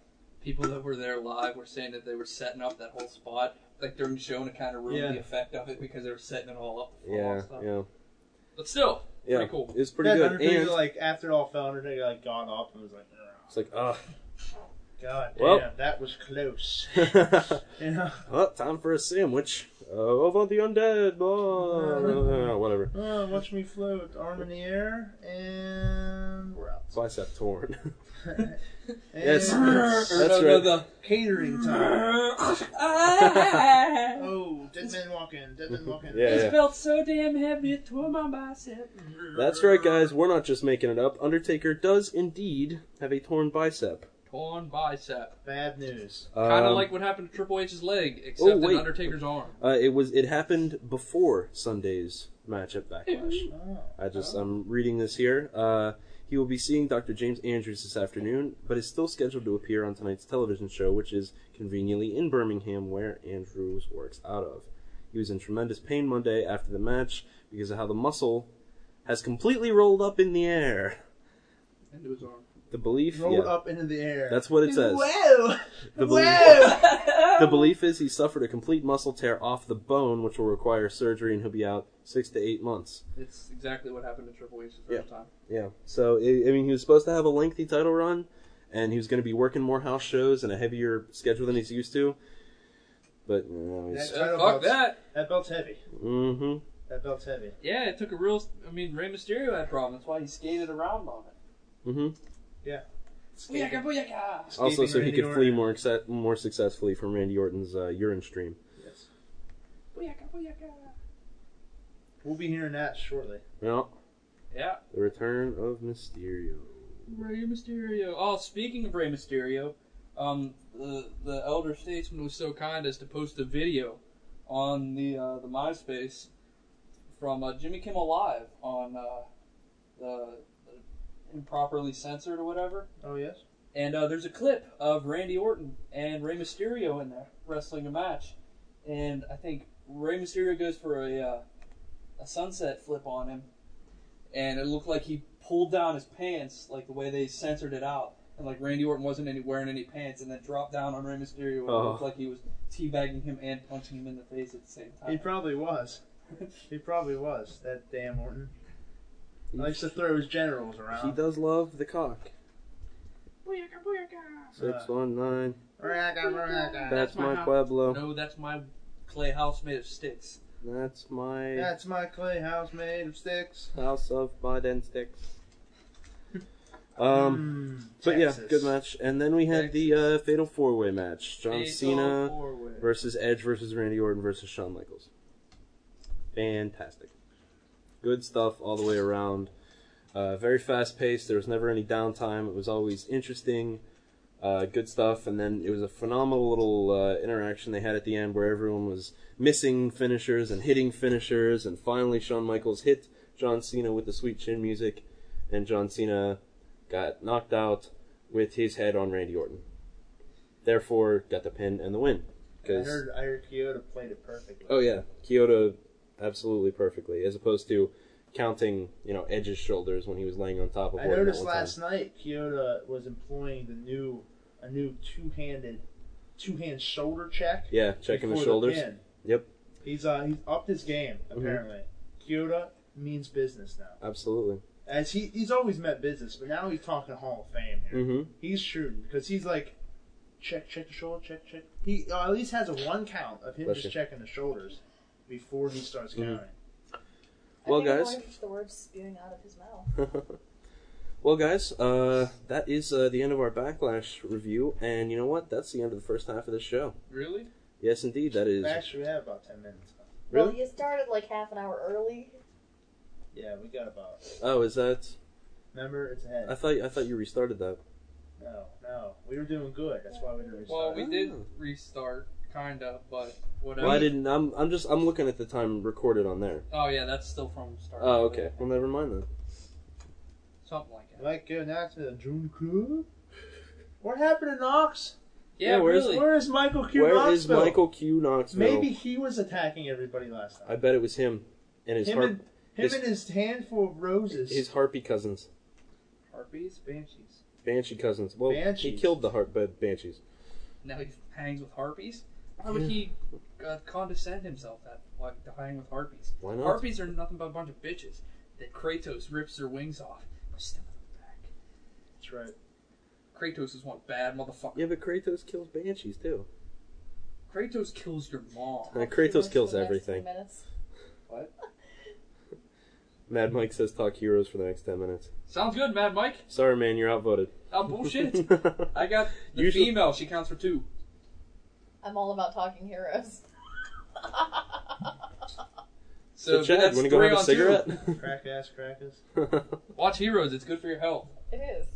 Speaker 1: people that were there live were saying that they were setting up that whole spot, like during the show, and it kind of ruined
Speaker 2: Yeah.
Speaker 1: the effect of it because they were setting it all up. for all
Speaker 3: Yeah,
Speaker 1: that stuff.
Speaker 3: yeah,
Speaker 1: But still,
Speaker 3: yeah.
Speaker 1: Pretty cool.
Speaker 3: It was pretty
Speaker 2: yeah,
Speaker 3: good.
Speaker 2: Undertaker,
Speaker 3: And
Speaker 2: like after it all fell, Undertaker like got up and was like, "Oh,
Speaker 3: it's like, ah,
Speaker 2: God damn,
Speaker 3: Well.
Speaker 2: that was close. you know.
Speaker 3: ah. well, time for a sandwich. Uh, over the undead, blah, whatever.
Speaker 2: Oh, watch me float, arm in the air, and we're out.
Speaker 3: Bicep torn.
Speaker 2: And
Speaker 3: Yes.
Speaker 1: That's
Speaker 2: it's
Speaker 3: That's
Speaker 1: no,
Speaker 3: right.
Speaker 1: no,
Speaker 2: catering time.
Speaker 1: the-
Speaker 2: Oh, dead man walking, dead man walking.
Speaker 3: Yeah,
Speaker 1: This
Speaker 3: yeah.
Speaker 1: felt so damn heavy it tore my bicep.
Speaker 3: That's right, guys. We're not just making it up. Undertaker does indeed have a torn bicep.
Speaker 1: Torn bicep.
Speaker 2: Bad news.
Speaker 1: Kind of
Speaker 3: Um, oh,
Speaker 1: like what happened to Triple H's leg, except in
Speaker 3: wait.
Speaker 1: Undertaker's arm.
Speaker 3: uh, it was. It happened before Sunday's match at Backlash.
Speaker 2: Oh.
Speaker 3: I just I'm reading this here. Uh, he will be seeing Dr. James Andrews this afternoon, but is still scheduled to appear on tonight's television show, which is conveniently in Birmingham, where Andrews works out of. He was in tremendous pain Monday after the match because of how the muscle has completely rolled up in the air.
Speaker 1: Into his arm.
Speaker 3: The belief,
Speaker 2: Rolled
Speaker 3: yeah,
Speaker 2: up into the air.
Speaker 3: that's what it says.
Speaker 2: Whoa!
Speaker 3: The belief-
Speaker 2: Whoa!
Speaker 3: The belief is he suffered a complete muscle tear off the bone, which will require surgery, and he'll be out six to eight months.
Speaker 1: It's exactly what happened to Triple H's the first time.
Speaker 3: Yeah. So, I I mean, he was supposed to have a lengthy title run, and he was going to be working more house shows and a heavier schedule than he's used to. But, you know, he's.
Speaker 2: Yeah. Title
Speaker 1: Uh, fuck
Speaker 2: belts.
Speaker 1: that.
Speaker 2: that belt's heavy.
Speaker 3: Mm
Speaker 2: That belt's heavy.
Speaker 1: Yeah, it took a real. I mean, Rey Mysterio had a problem. That's why he skated around on it.
Speaker 3: hmm. Mm hmm.
Speaker 1: Booyaka, booyaka!
Speaker 3: Also, so he
Speaker 2: Escaping
Speaker 3: could
Speaker 2: Randy
Speaker 3: flee
Speaker 2: Orton.
Speaker 3: more exce- more successfully from Randy Orton's uh, urine stream.
Speaker 2: Yes.
Speaker 1: Booyaka, booyaka!
Speaker 2: We'll be hearing that shortly.
Speaker 3: Well,
Speaker 1: Yeah,
Speaker 3: the return of Mysterio.
Speaker 1: Rey Mysterio. Oh, speaking of Rey Mysterio, um, the, the elder statesman was so kind as to post a video on the uh, the MySpace from uh, Jimmy Kimmel Live on uh, the, the improperly censored or whatever.
Speaker 2: Oh yes.
Speaker 1: And uh, there's a clip of Randy Orton and Rey Mysterio in there wrestling a match. And I think Rey Mysterio goes for a uh, a sunset flip on him, and it looked like he pulled down his pants, like the way they censored it out, and like Randy Orton wasn't any, wearing any pants, and then dropped down on Rey Mysterio, and
Speaker 3: Oh.
Speaker 1: it looked like he was teabagging him and punching him in the face at the same
Speaker 2: He
Speaker 1: time.
Speaker 2: probably was. He probably was. That damn Orton likes to throw his generals
Speaker 3: He
Speaker 2: around.
Speaker 3: does love the cock.
Speaker 4: Booyaka, booyaka.
Speaker 2: Uh,
Speaker 3: Six one nine.
Speaker 2: Raga, raga.
Speaker 3: That's
Speaker 1: my
Speaker 3: my
Speaker 1: house.
Speaker 3: pueblo.
Speaker 1: no, that's my clay house made of sticks.
Speaker 3: That's my.
Speaker 2: That's my clay house made of sticks.
Speaker 3: House of Mud and Sticks. Um, but yeah,
Speaker 2: Hmm, Texas.
Speaker 3: good match. And then we had the uh, Fatal Four Way match: John
Speaker 1: Fatal
Speaker 3: Cena
Speaker 1: four-way.
Speaker 3: versus Edge versus Randy Orton versus Shawn Michaels. Fantastic, good stuff all the way around. Uh, very fast paced. There was never any downtime. It was always interesting, uh, good stuff. And then it was a phenomenal little uh, interaction they had at the end where everyone was missing finishers and hitting finishers. And finally, Shawn Michaels hit John Cena with the sweet chin music, and John Cena got knocked out with his head on Randy Orton. Therefore, got the pin and the win.
Speaker 2: I
Speaker 3: 'Cause-
Speaker 2: heard, I heard Kyoto played it perfectly.
Speaker 3: Oh yeah, Kyoto, absolutely perfectly, as opposed to counting, you know, Edge's shoulders when he was laying on top of.
Speaker 2: I
Speaker 3: Orton at
Speaker 2: noticed
Speaker 3: one time.
Speaker 2: last night Kyoto was employing the new a new two handed two hand shoulder check.
Speaker 3: Yeah, checking the
Speaker 2: before
Speaker 3: shoulders.
Speaker 2: pin.
Speaker 3: Yep. Mm-hmm.
Speaker 2: He's uh he's upped his game apparently. Kyoto means business now.
Speaker 3: absolutely.
Speaker 2: As he he's always meant business, but now he's talking Hall of Fame here.
Speaker 3: Mm-hmm.
Speaker 2: He's shooting because he's like check check the shoulder check check. He uh, at least has a one count of him
Speaker 3: Bless
Speaker 2: just
Speaker 3: you.
Speaker 2: checking the shoulders before he starts
Speaker 3: Mhm.
Speaker 2: counting.
Speaker 3: Well,
Speaker 5: I think I'm
Speaker 3: guys.
Speaker 5: going for the words spewing out of his mouth.
Speaker 3: well, guys, uh, that is uh, the end of our backlash review, and you know what? That's the end of the first half of the show.
Speaker 1: Really?
Speaker 3: Yes, indeed, that is.
Speaker 2: Actually, we have about ten minutes. left.
Speaker 5: Well,
Speaker 3: Really?
Speaker 5: you started like half an hour early.
Speaker 2: Yeah, we got about.
Speaker 3: Oh, is that?
Speaker 2: Remember, it's ahead.
Speaker 3: I thought I thought you restarted that.
Speaker 2: No, no, we were doing good. That's why we didn't
Speaker 1: Well,
Speaker 2: restart.
Speaker 1: we did restart, kind of, but whatever.
Speaker 3: Well, I Oh. didn't. I'm I'm just I'm looking at the time recorded on there.
Speaker 1: Oh, yeah, that's still from start.
Speaker 3: Oh, okay. Well, never mind then.
Speaker 1: Something like that.
Speaker 2: Like go now to the June Crew. What happened to Knox?
Speaker 1: Yeah,
Speaker 3: where's-
Speaker 1: really.
Speaker 2: Where is Michael Q.
Speaker 3: Where
Speaker 2: Knoxville?
Speaker 3: is Michael Q Knoxville?
Speaker 2: Maybe he was attacking everybody last
Speaker 3: I
Speaker 2: time.
Speaker 3: bet it was him and his
Speaker 2: him
Speaker 3: harp,
Speaker 2: and him
Speaker 3: his-
Speaker 2: and his handful of roses.
Speaker 3: his harpy cousins,
Speaker 1: Harpies? Banshees.
Speaker 3: banshee cousins. Well, he
Speaker 2: Banshees.
Speaker 3: killed the harp, but banshees.
Speaker 1: Now he hangs with harpies? Why would he uh, condescend himself that like to hang with harpies?
Speaker 3: Why not?
Speaker 1: Harpies are nothing but a bunch of bitches that Kratos rips their wings off by stepping on their back.
Speaker 2: That's right.
Speaker 1: Kratos is one bad motherfucker.
Speaker 3: Yeah, but Kratos kills banshees too.
Speaker 1: Kratos kills your mom.
Speaker 3: Uh,
Speaker 5: He works
Speaker 3: Kratos
Speaker 5: for
Speaker 3: kills
Speaker 5: the next
Speaker 3: everything.
Speaker 5: few minutes.
Speaker 1: What?
Speaker 3: Mad Mike says talk heroes for the next ten minutes.
Speaker 1: Sounds good, Mad Mike.
Speaker 3: Sorry, man, you're outvoted.
Speaker 1: Oh bullshit. I got the
Speaker 3: You should-
Speaker 1: female. She counts for two.
Speaker 5: I'm all about talking heroes.
Speaker 1: So,
Speaker 3: so, Chad,
Speaker 1: that's
Speaker 3: you want to go
Speaker 1: three
Speaker 3: have a
Speaker 1: on two.
Speaker 3: cigarette?
Speaker 2: Crack ass crackers.
Speaker 1: Watch Heroes. It's good for your health.
Speaker 5: It is.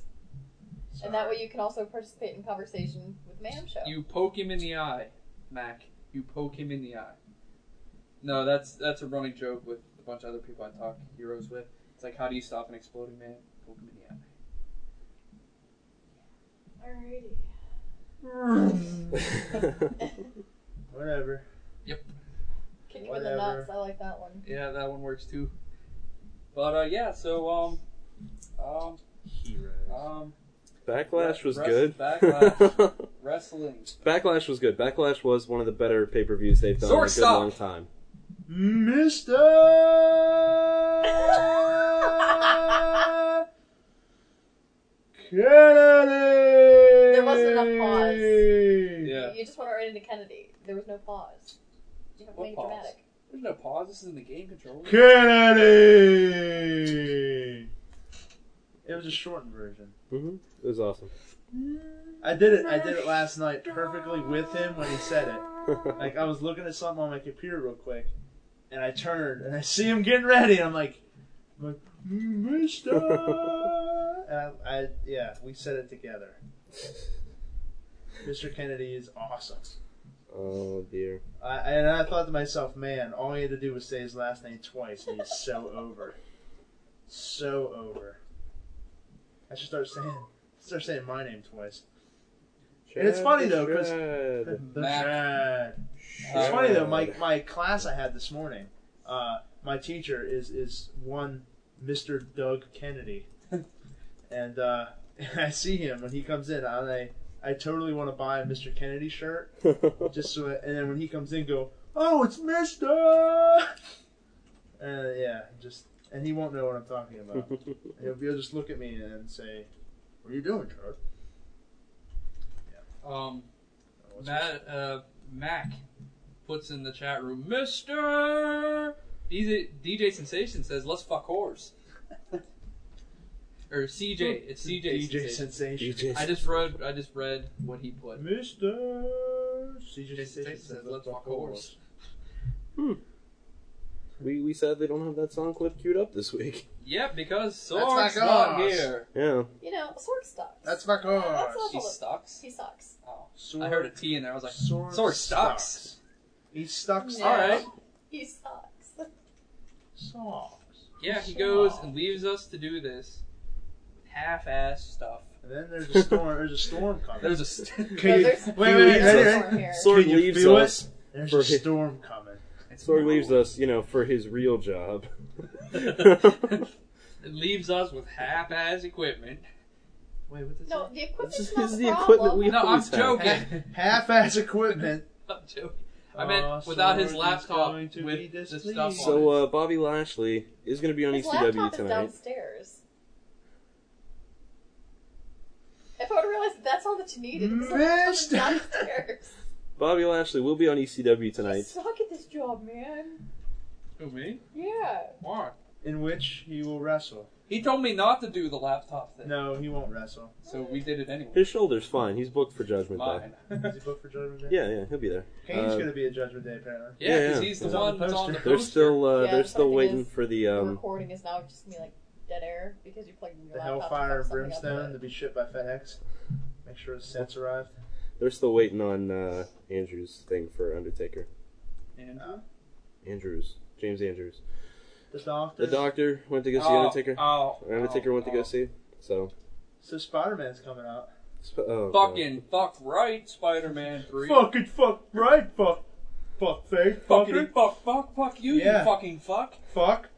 Speaker 5: And that way you can also participate in conversation with Ma'am Show.
Speaker 1: You poke him in the eye, Mac. You poke him in the eye. No, that's that's a running joke with a bunch of other people I talk Heroes with. It's like, how do you stop an exploding man? Poke him in the eye.
Speaker 5: Alrighty.
Speaker 2: Whatever.
Speaker 5: Kick him in the
Speaker 2: Whatever.
Speaker 5: nuts. I like that one.
Speaker 1: Yeah, that one works too. But uh, yeah, so um, um,
Speaker 2: Heroes.
Speaker 1: um,
Speaker 3: Backlash was
Speaker 1: Rest-
Speaker 3: good.
Speaker 1: Backlash. wrestling.
Speaker 3: Backlash was good. Backlash was one of the better pay per views they've done in a good
Speaker 1: Zork stop.
Speaker 3: long time.
Speaker 2: Mr. Kennedy.
Speaker 5: There wasn't a pause.
Speaker 1: Yeah.
Speaker 5: You just went right into Kennedy. There was no pause. You have to
Speaker 1: What
Speaker 5: make it
Speaker 1: pause?
Speaker 5: dramatic.
Speaker 1: There's no pause. This is in the game controller.
Speaker 2: Kennedy. It was a shortened version.
Speaker 3: hmm It was awesome.
Speaker 2: I did it. I did it last night perfectly with him when he said it. Like I was looking at something on my computer real quick, and I turned and I see him getting ready. And I'm like, I'm like Mister. and I, I, yeah, we said it together. Mr. Kennedy is awesome.
Speaker 3: oh dear.
Speaker 2: I, and I thought to myself, man, all he had to do was say his last name twice, and he's so over. So over. I should start saying start saying my name twice. And it's funny, though, 'cause-
Speaker 3: Chad.
Speaker 2: The
Speaker 1: Mac.
Speaker 2: Chad. It's
Speaker 1: Uh,
Speaker 2: funny though.
Speaker 3: Oh.
Speaker 2: My my class I had this morning. Uh, my teacher is is one Mr. Doug Kennedy, and uh, I see him when he comes in. and I I totally want to buy a Mr. Kennedy shirt just so. and then when he comes in, go, oh, it's Mister. Uh, yeah, just and he won't know what I'm talking about. he'll, he'll just look at me and say, "What are you doing, Charles?"
Speaker 1: Um,
Speaker 2: What's-
Speaker 1: Matt, uh, Mac puts in the chat room, Mister DJ, DJ Sensation says, "Let's fuck whores." or CJ, it's CJ.
Speaker 2: DJ
Speaker 1: Sensation.
Speaker 2: sensation.
Speaker 3: DJ.
Speaker 1: I just read, I just read what he put.
Speaker 2: Mr. CJ
Speaker 1: Jason
Speaker 2: Station
Speaker 1: Statham says, "Let's walk a horse."
Speaker 3: We we sadly don't have that song clip queued up this week.
Speaker 1: Yep, because
Speaker 2: That's
Speaker 1: Sorg's
Speaker 2: like
Speaker 1: not
Speaker 2: ours.
Speaker 1: here.
Speaker 3: Yeah.
Speaker 5: You know, Sorg sucks.
Speaker 2: That's my car.
Speaker 5: That's not-
Speaker 1: She sucks.
Speaker 5: he sucks.
Speaker 1: Oh,
Speaker 2: Sword,
Speaker 1: I heard a T in there. I was like,
Speaker 2: Sword,
Speaker 1: Sword sucks.
Speaker 2: He sucks.
Speaker 5: Yeah.
Speaker 1: all right.
Speaker 5: He sucks.
Speaker 2: Socks.
Speaker 1: Yeah, he goes and leaves us to do this half-ass stuff.
Speaker 2: And then there's a storm. There's a storm coming.
Speaker 1: There's a st-
Speaker 2: Can
Speaker 5: No,
Speaker 2: you-
Speaker 5: there's-
Speaker 2: wait,
Speaker 3: He
Speaker 2: wait, wait,
Speaker 3: leaves
Speaker 2: wait,
Speaker 3: us.
Speaker 2: wait.
Speaker 5: Storm here.
Speaker 3: Sorg
Speaker 2: Can you
Speaker 3: leaves
Speaker 2: feel
Speaker 3: us.
Speaker 2: There's
Speaker 3: For
Speaker 2: a
Speaker 3: his-
Speaker 2: storm coming.
Speaker 3: Sorg leaves us, you know, for his real job.
Speaker 1: It leaves us with half-ass equipment. Wait, what
Speaker 5: No, the equipment's
Speaker 3: This is
Speaker 5: not
Speaker 3: the
Speaker 5: a
Speaker 3: equipment we
Speaker 5: problem.
Speaker 1: No, I'm
Speaker 3: always have.
Speaker 1: joking.
Speaker 2: Half-ass equipment.
Speaker 1: I'm joking. I meant
Speaker 2: Uh,
Speaker 1: without his
Speaker 2: Sword is
Speaker 1: laptop
Speaker 2: going to be
Speaker 1: with the
Speaker 2: displeased.
Speaker 1: stuff on
Speaker 3: So uh, Bobby Lashley is going to be on
Speaker 5: His
Speaker 3: ECW
Speaker 5: laptop is
Speaker 3: tonight.
Speaker 5: downstairs. If I would have realized that that's all that you needed, his laptop is
Speaker 2: Missed.
Speaker 5: downstairs.
Speaker 3: Bobby Lashley will be on ECW
Speaker 5: You
Speaker 3: tonight.
Speaker 5: suck at this job, man.
Speaker 1: it. Who, me?
Speaker 5: Yeah.
Speaker 1: Why?
Speaker 2: In which he will wrestle.
Speaker 1: He told me not to do the laptop thing,
Speaker 2: No, he won't wrestle.
Speaker 1: so we did it anyway.
Speaker 3: His shoulder's fine. He's booked for Judgment Day.
Speaker 1: Mine.
Speaker 2: Is he booked for Judgment Day?
Speaker 3: Yeah, yeah, he'll be there.
Speaker 2: Kane's
Speaker 3: Uh,
Speaker 2: gonna be at Judgment Day apparently.
Speaker 1: Yeah,
Speaker 3: Yeah,
Speaker 1: because
Speaker 3: yeah.
Speaker 1: he's the
Speaker 2: It's on
Speaker 1: one
Speaker 2: the
Speaker 1: that's on the
Speaker 2: poster.
Speaker 3: They're
Speaker 1: poster.
Speaker 3: still uh,
Speaker 5: Yeah,
Speaker 3: they're
Speaker 5: the
Speaker 3: still
Speaker 5: funny thing
Speaker 3: waiting
Speaker 5: is,
Speaker 3: for the
Speaker 5: The
Speaker 3: um.
Speaker 5: recording is now just gonna be like dead air because you plugged in your
Speaker 2: The
Speaker 5: laptop.
Speaker 2: Hellfire
Speaker 5: and
Speaker 2: and
Speaker 5: fucked something up
Speaker 2: Brimstone
Speaker 5: with
Speaker 2: to be shipped by FedEx. Make sure the sets arrive.
Speaker 3: They're still waiting on uh, Andrews thing for Undertaker.
Speaker 1: And-
Speaker 2: Uh,
Speaker 3: Andrews, James Andrews.
Speaker 2: the doctor.
Speaker 3: The doctor went to go see
Speaker 1: Oh,
Speaker 3: Undertaker.
Speaker 1: Oh,
Speaker 3: Or Undertaker
Speaker 1: oh,
Speaker 3: went to
Speaker 1: oh.
Speaker 3: go see. So.
Speaker 2: So Spider-Man's coming out.
Speaker 3: sp- Oh, God.
Speaker 1: Fucking fuck right, Spider-Man Three.
Speaker 2: Fucking fuck right, fuck, fuck face,
Speaker 1: Fucking
Speaker 2: fucker,
Speaker 1: fuck, fuck, fuck you,
Speaker 2: Yeah.
Speaker 1: you fucking fuck.
Speaker 2: fuck.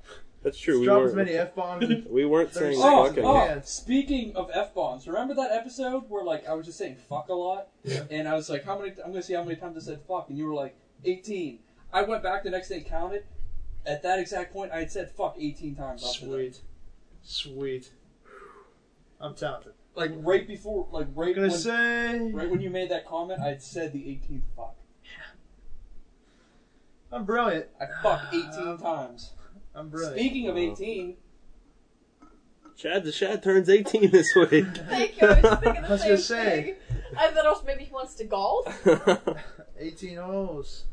Speaker 3: That's true. We
Speaker 2: Drop as
Speaker 3: weren't,
Speaker 2: many f bombs.
Speaker 3: we weren't
Speaker 2: There's
Speaker 3: saying
Speaker 2: so-
Speaker 1: Oh,
Speaker 3: fucking.
Speaker 1: oh,
Speaker 2: Yeah.
Speaker 1: speaking of f bombs, remember that episode where like I was just saying fuck a lot, and I was like, how many? I'm gonna see how many times I said fuck, and you were like, 18. I went back the next day and counted. At that exact point, I had said fuck 18 times. After that.
Speaker 2: Sweet, sweet. I'm talented.
Speaker 1: Like right before, like
Speaker 2: I'm
Speaker 1: right
Speaker 2: gonna
Speaker 1: when,
Speaker 2: say
Speaker 1: right when you made that comment, I had said the 18th fuck.
Speaker 2: I'm brilliant.
Speaker 1: I fucked 18 times.
Speaker 2: I'm brilliant.
Speaker 1: Speaking of
Speaker 3: Wow.
Speaker 1: 18,
Speaker 3: Chad the Shad turns 18 this week.
Speaker 5: it. Thank you. I was thinking
Speaker 2: I
Speaker 5: the
Speaker 2: was
Speaker 5: same
Speaker 2: gonna say.
Speaker 5: thing. I thought also maybe he wants to golf.
Speaker 3: Mm-hmm.
Speaker 2: Eighteen holes.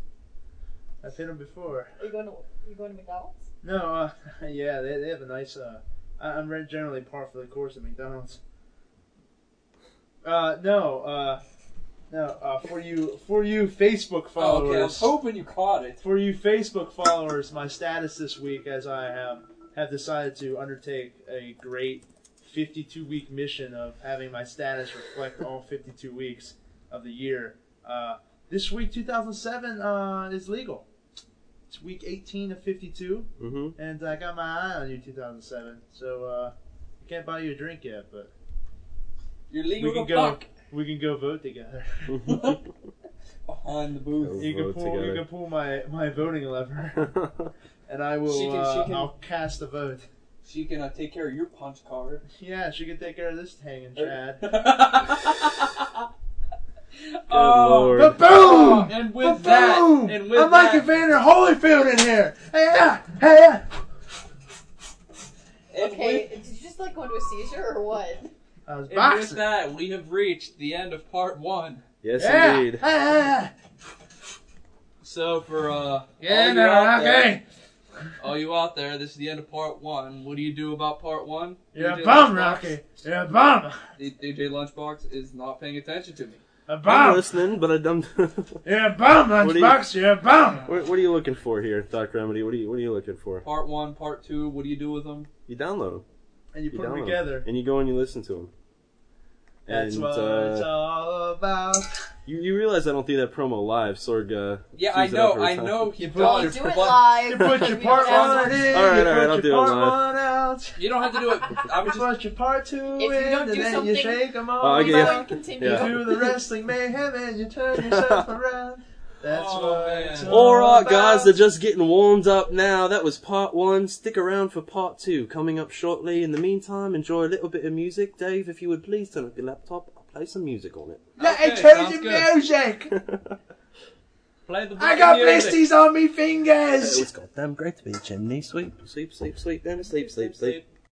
Speaker 2: I've hit them before.
Speaker 5: Are you going to you going to McDonald's?
Speaker 2: No, uh, yeah, they, they have a nice. Uh, I, I'm re- generally par for the course at McDonald's. Uh, no, uh, no. Uh, for you, for you Facebook
Speaker 1: oh, okay, I was
Speaker 2: followers,
Speaker 1: hoping you caught it.
Speaker 2: for you Facebook followers, my status this week, as I have have decided to undertake a great 52 week mission of having my status reflect all 52 weeks of the year. Uh, this week, 2007, uh, is legal. It's week 18 of 52.
Speaker 3: hmm
Speaker 2: And I got my eye on you 2007, so uh, I can't buy you a drink yet, but
Speaker 1: You're legal
Speaker 2: we can
Speaker 1: to
Speaker 2: go.
Speaker 1: fuck
Speaker 2: We can go vote together.
Speaker 3: Mm-hmm.
Speaker 1: behind the booth.
Speaker 2: You can
Speaker 3: Vote
Speaker 2: pull. You
Speaker 3: together.
Speaker 2: can pull my, my voting lever, and I will.
Speaker 1: She can-
Speaker 2: uh,
Speaker 1: she can-
Speaker 2: I'll cast a vote.
Speaker 1: She can uh, take care of your punch card.
Speaker 2: Yeah, she can take care of this hanging Chad.
Speaker 1: Good
Speaker 3: lord.
Speaker 2: But Oh. boom!
Speaker 1: And
Speaker 2: But
Speaker 1: with that,
Speaker 2: boom!
Speaker 1: and with
Speaker 2: I'm
Speaker 1: that,
Speaker 2: Mike Vander Holyfield in here. Hey, yeah, hey, yeah.
Speaker 1: and
Speaker 5: Okay,
Speaker 1: with-
Speaker 5: did you just like go into a seizure or what?
Speaker 2: I was
Speaker 1: and with
Speaker 2: boxing.
Speaker 1: that, we have reached the end of part one.
Speaker 3: yes,
Speaker 2: yeah.
Speaker 3: indeed.
Speaker 2: Hey, hey,
Speaker 1: So for uh,
Speaker 2: yeah.
Speaker 1: all,
Speaker 2: Yeah,
Speaker 1: you out
Speaker 2: man,
Speaker 1: there,
Speaker 2: okay.
Speaker 1: all you out there, this is the end of part one. What do you do about part one?
Speaker 2: You're a
Speaker 1: DJ
Speaker 2: bum,
Speaker 1: Lunchbox-
Speaker 2: Rocky. You're a bum.
Speaker 1: DJ Lunchbox is not paying attention to me.
Speaker 2: A
Speaker 3: I'm
Speaker 2: bum.
Speaker 3: listening, but I don't. what,
Speaker 2: You're a bum,
Speaker 3: What do you-
Speaker 2: Lunchbox. You're a bum.
Speaker 3: what are you looking for here, Doc Remedy? What are you What are you looking for?
Speaker 1: Part one, part two. What do you do with them?
Speaker 3: You download them.
Speaker 2: And you
Speaker 3: You
Speaker 2: put them
Speaker 3: download 'em,
Speaker 2: together.
Speaker 3: and you go and you listen to them.
Speaker 2: That's
Speaker 3: and,
Speaker 2: what
Speaker 3: uh,
Speaker 2: it's all about.
Speaker 3: You, you realize I don't do that promo live, Sorg. Uh,
Speaker 1: Yeah, I
Speaker 3: sees it
Speaker 1: know,
Speaker 3: every
Speaker 1: I
Speaker 3: time.
Speaker 1: know he
Speaker 2: You put
Speaker 5: Oh,
Speaker 1: does.
Speaker 2: your-
Speaker 5: do it
Speaker 1: but
Speaker 5: live.
Speaker 2: You put your part one in,
Speaker 3: All right,
Speaker 2: you
Speaker 3: all right,
Speaker 2: put
Speaker 3: I'll
Speaker 2: your
Speaker 3: do it
Speaker 2: part
Speaker 3: live.
Speaker 2: one out.
Speaker 1: You don't have to do it. I
Speaker 2: You
Speaker 1: would just
Speaker 2: put your part two
Speaker 5: If you
Speaker 2: in,
Speaker 5: don't
Speaker 2: and
Speaker 5: do
Speaker 2: then you
Speaker 5: something-
Speaker 2: shake them all
Speaker 3: Oh, I
Speaker 5: Keep
Speaker 3: get-
Speaker 5: going,
Speaker 3: yeah.
Speaker 5: continue.
Speaker 3: Yeah.
Speaker 2: You do the wrestling mayhem and you turn yourself around. That's
Speaker 1: Oh,
Speaker 2: what
Speaker 1: man.
Speaker 2: it's all
Speaker 3: All right,
Speaker 2: about.
Speaker 3: guys, they're just getting warmed up now. That was part one. Stick around for part two coming up shortly. In the meantime, enjoy a little bit of music. Dave, if you would please turn up your laptop, I'll play some music on it.
Speaker 2: Let
Speaker 1: Okay,
Speaker 2: me turn
Speaker 1: sounds
Speaker 2: the
Speaker 1: good.
Speaker 2: music.
Speaker 1: play the.
Speaker 2: I got
Speaker 1: music.
Speaker 2: blisters on me
Speaker 3: It
Speaker 2: fingers.
Speaker 3: was goddamn great to be a chimney sweep. Sleep, sleep, sleep, then sleep, sleep, sleep.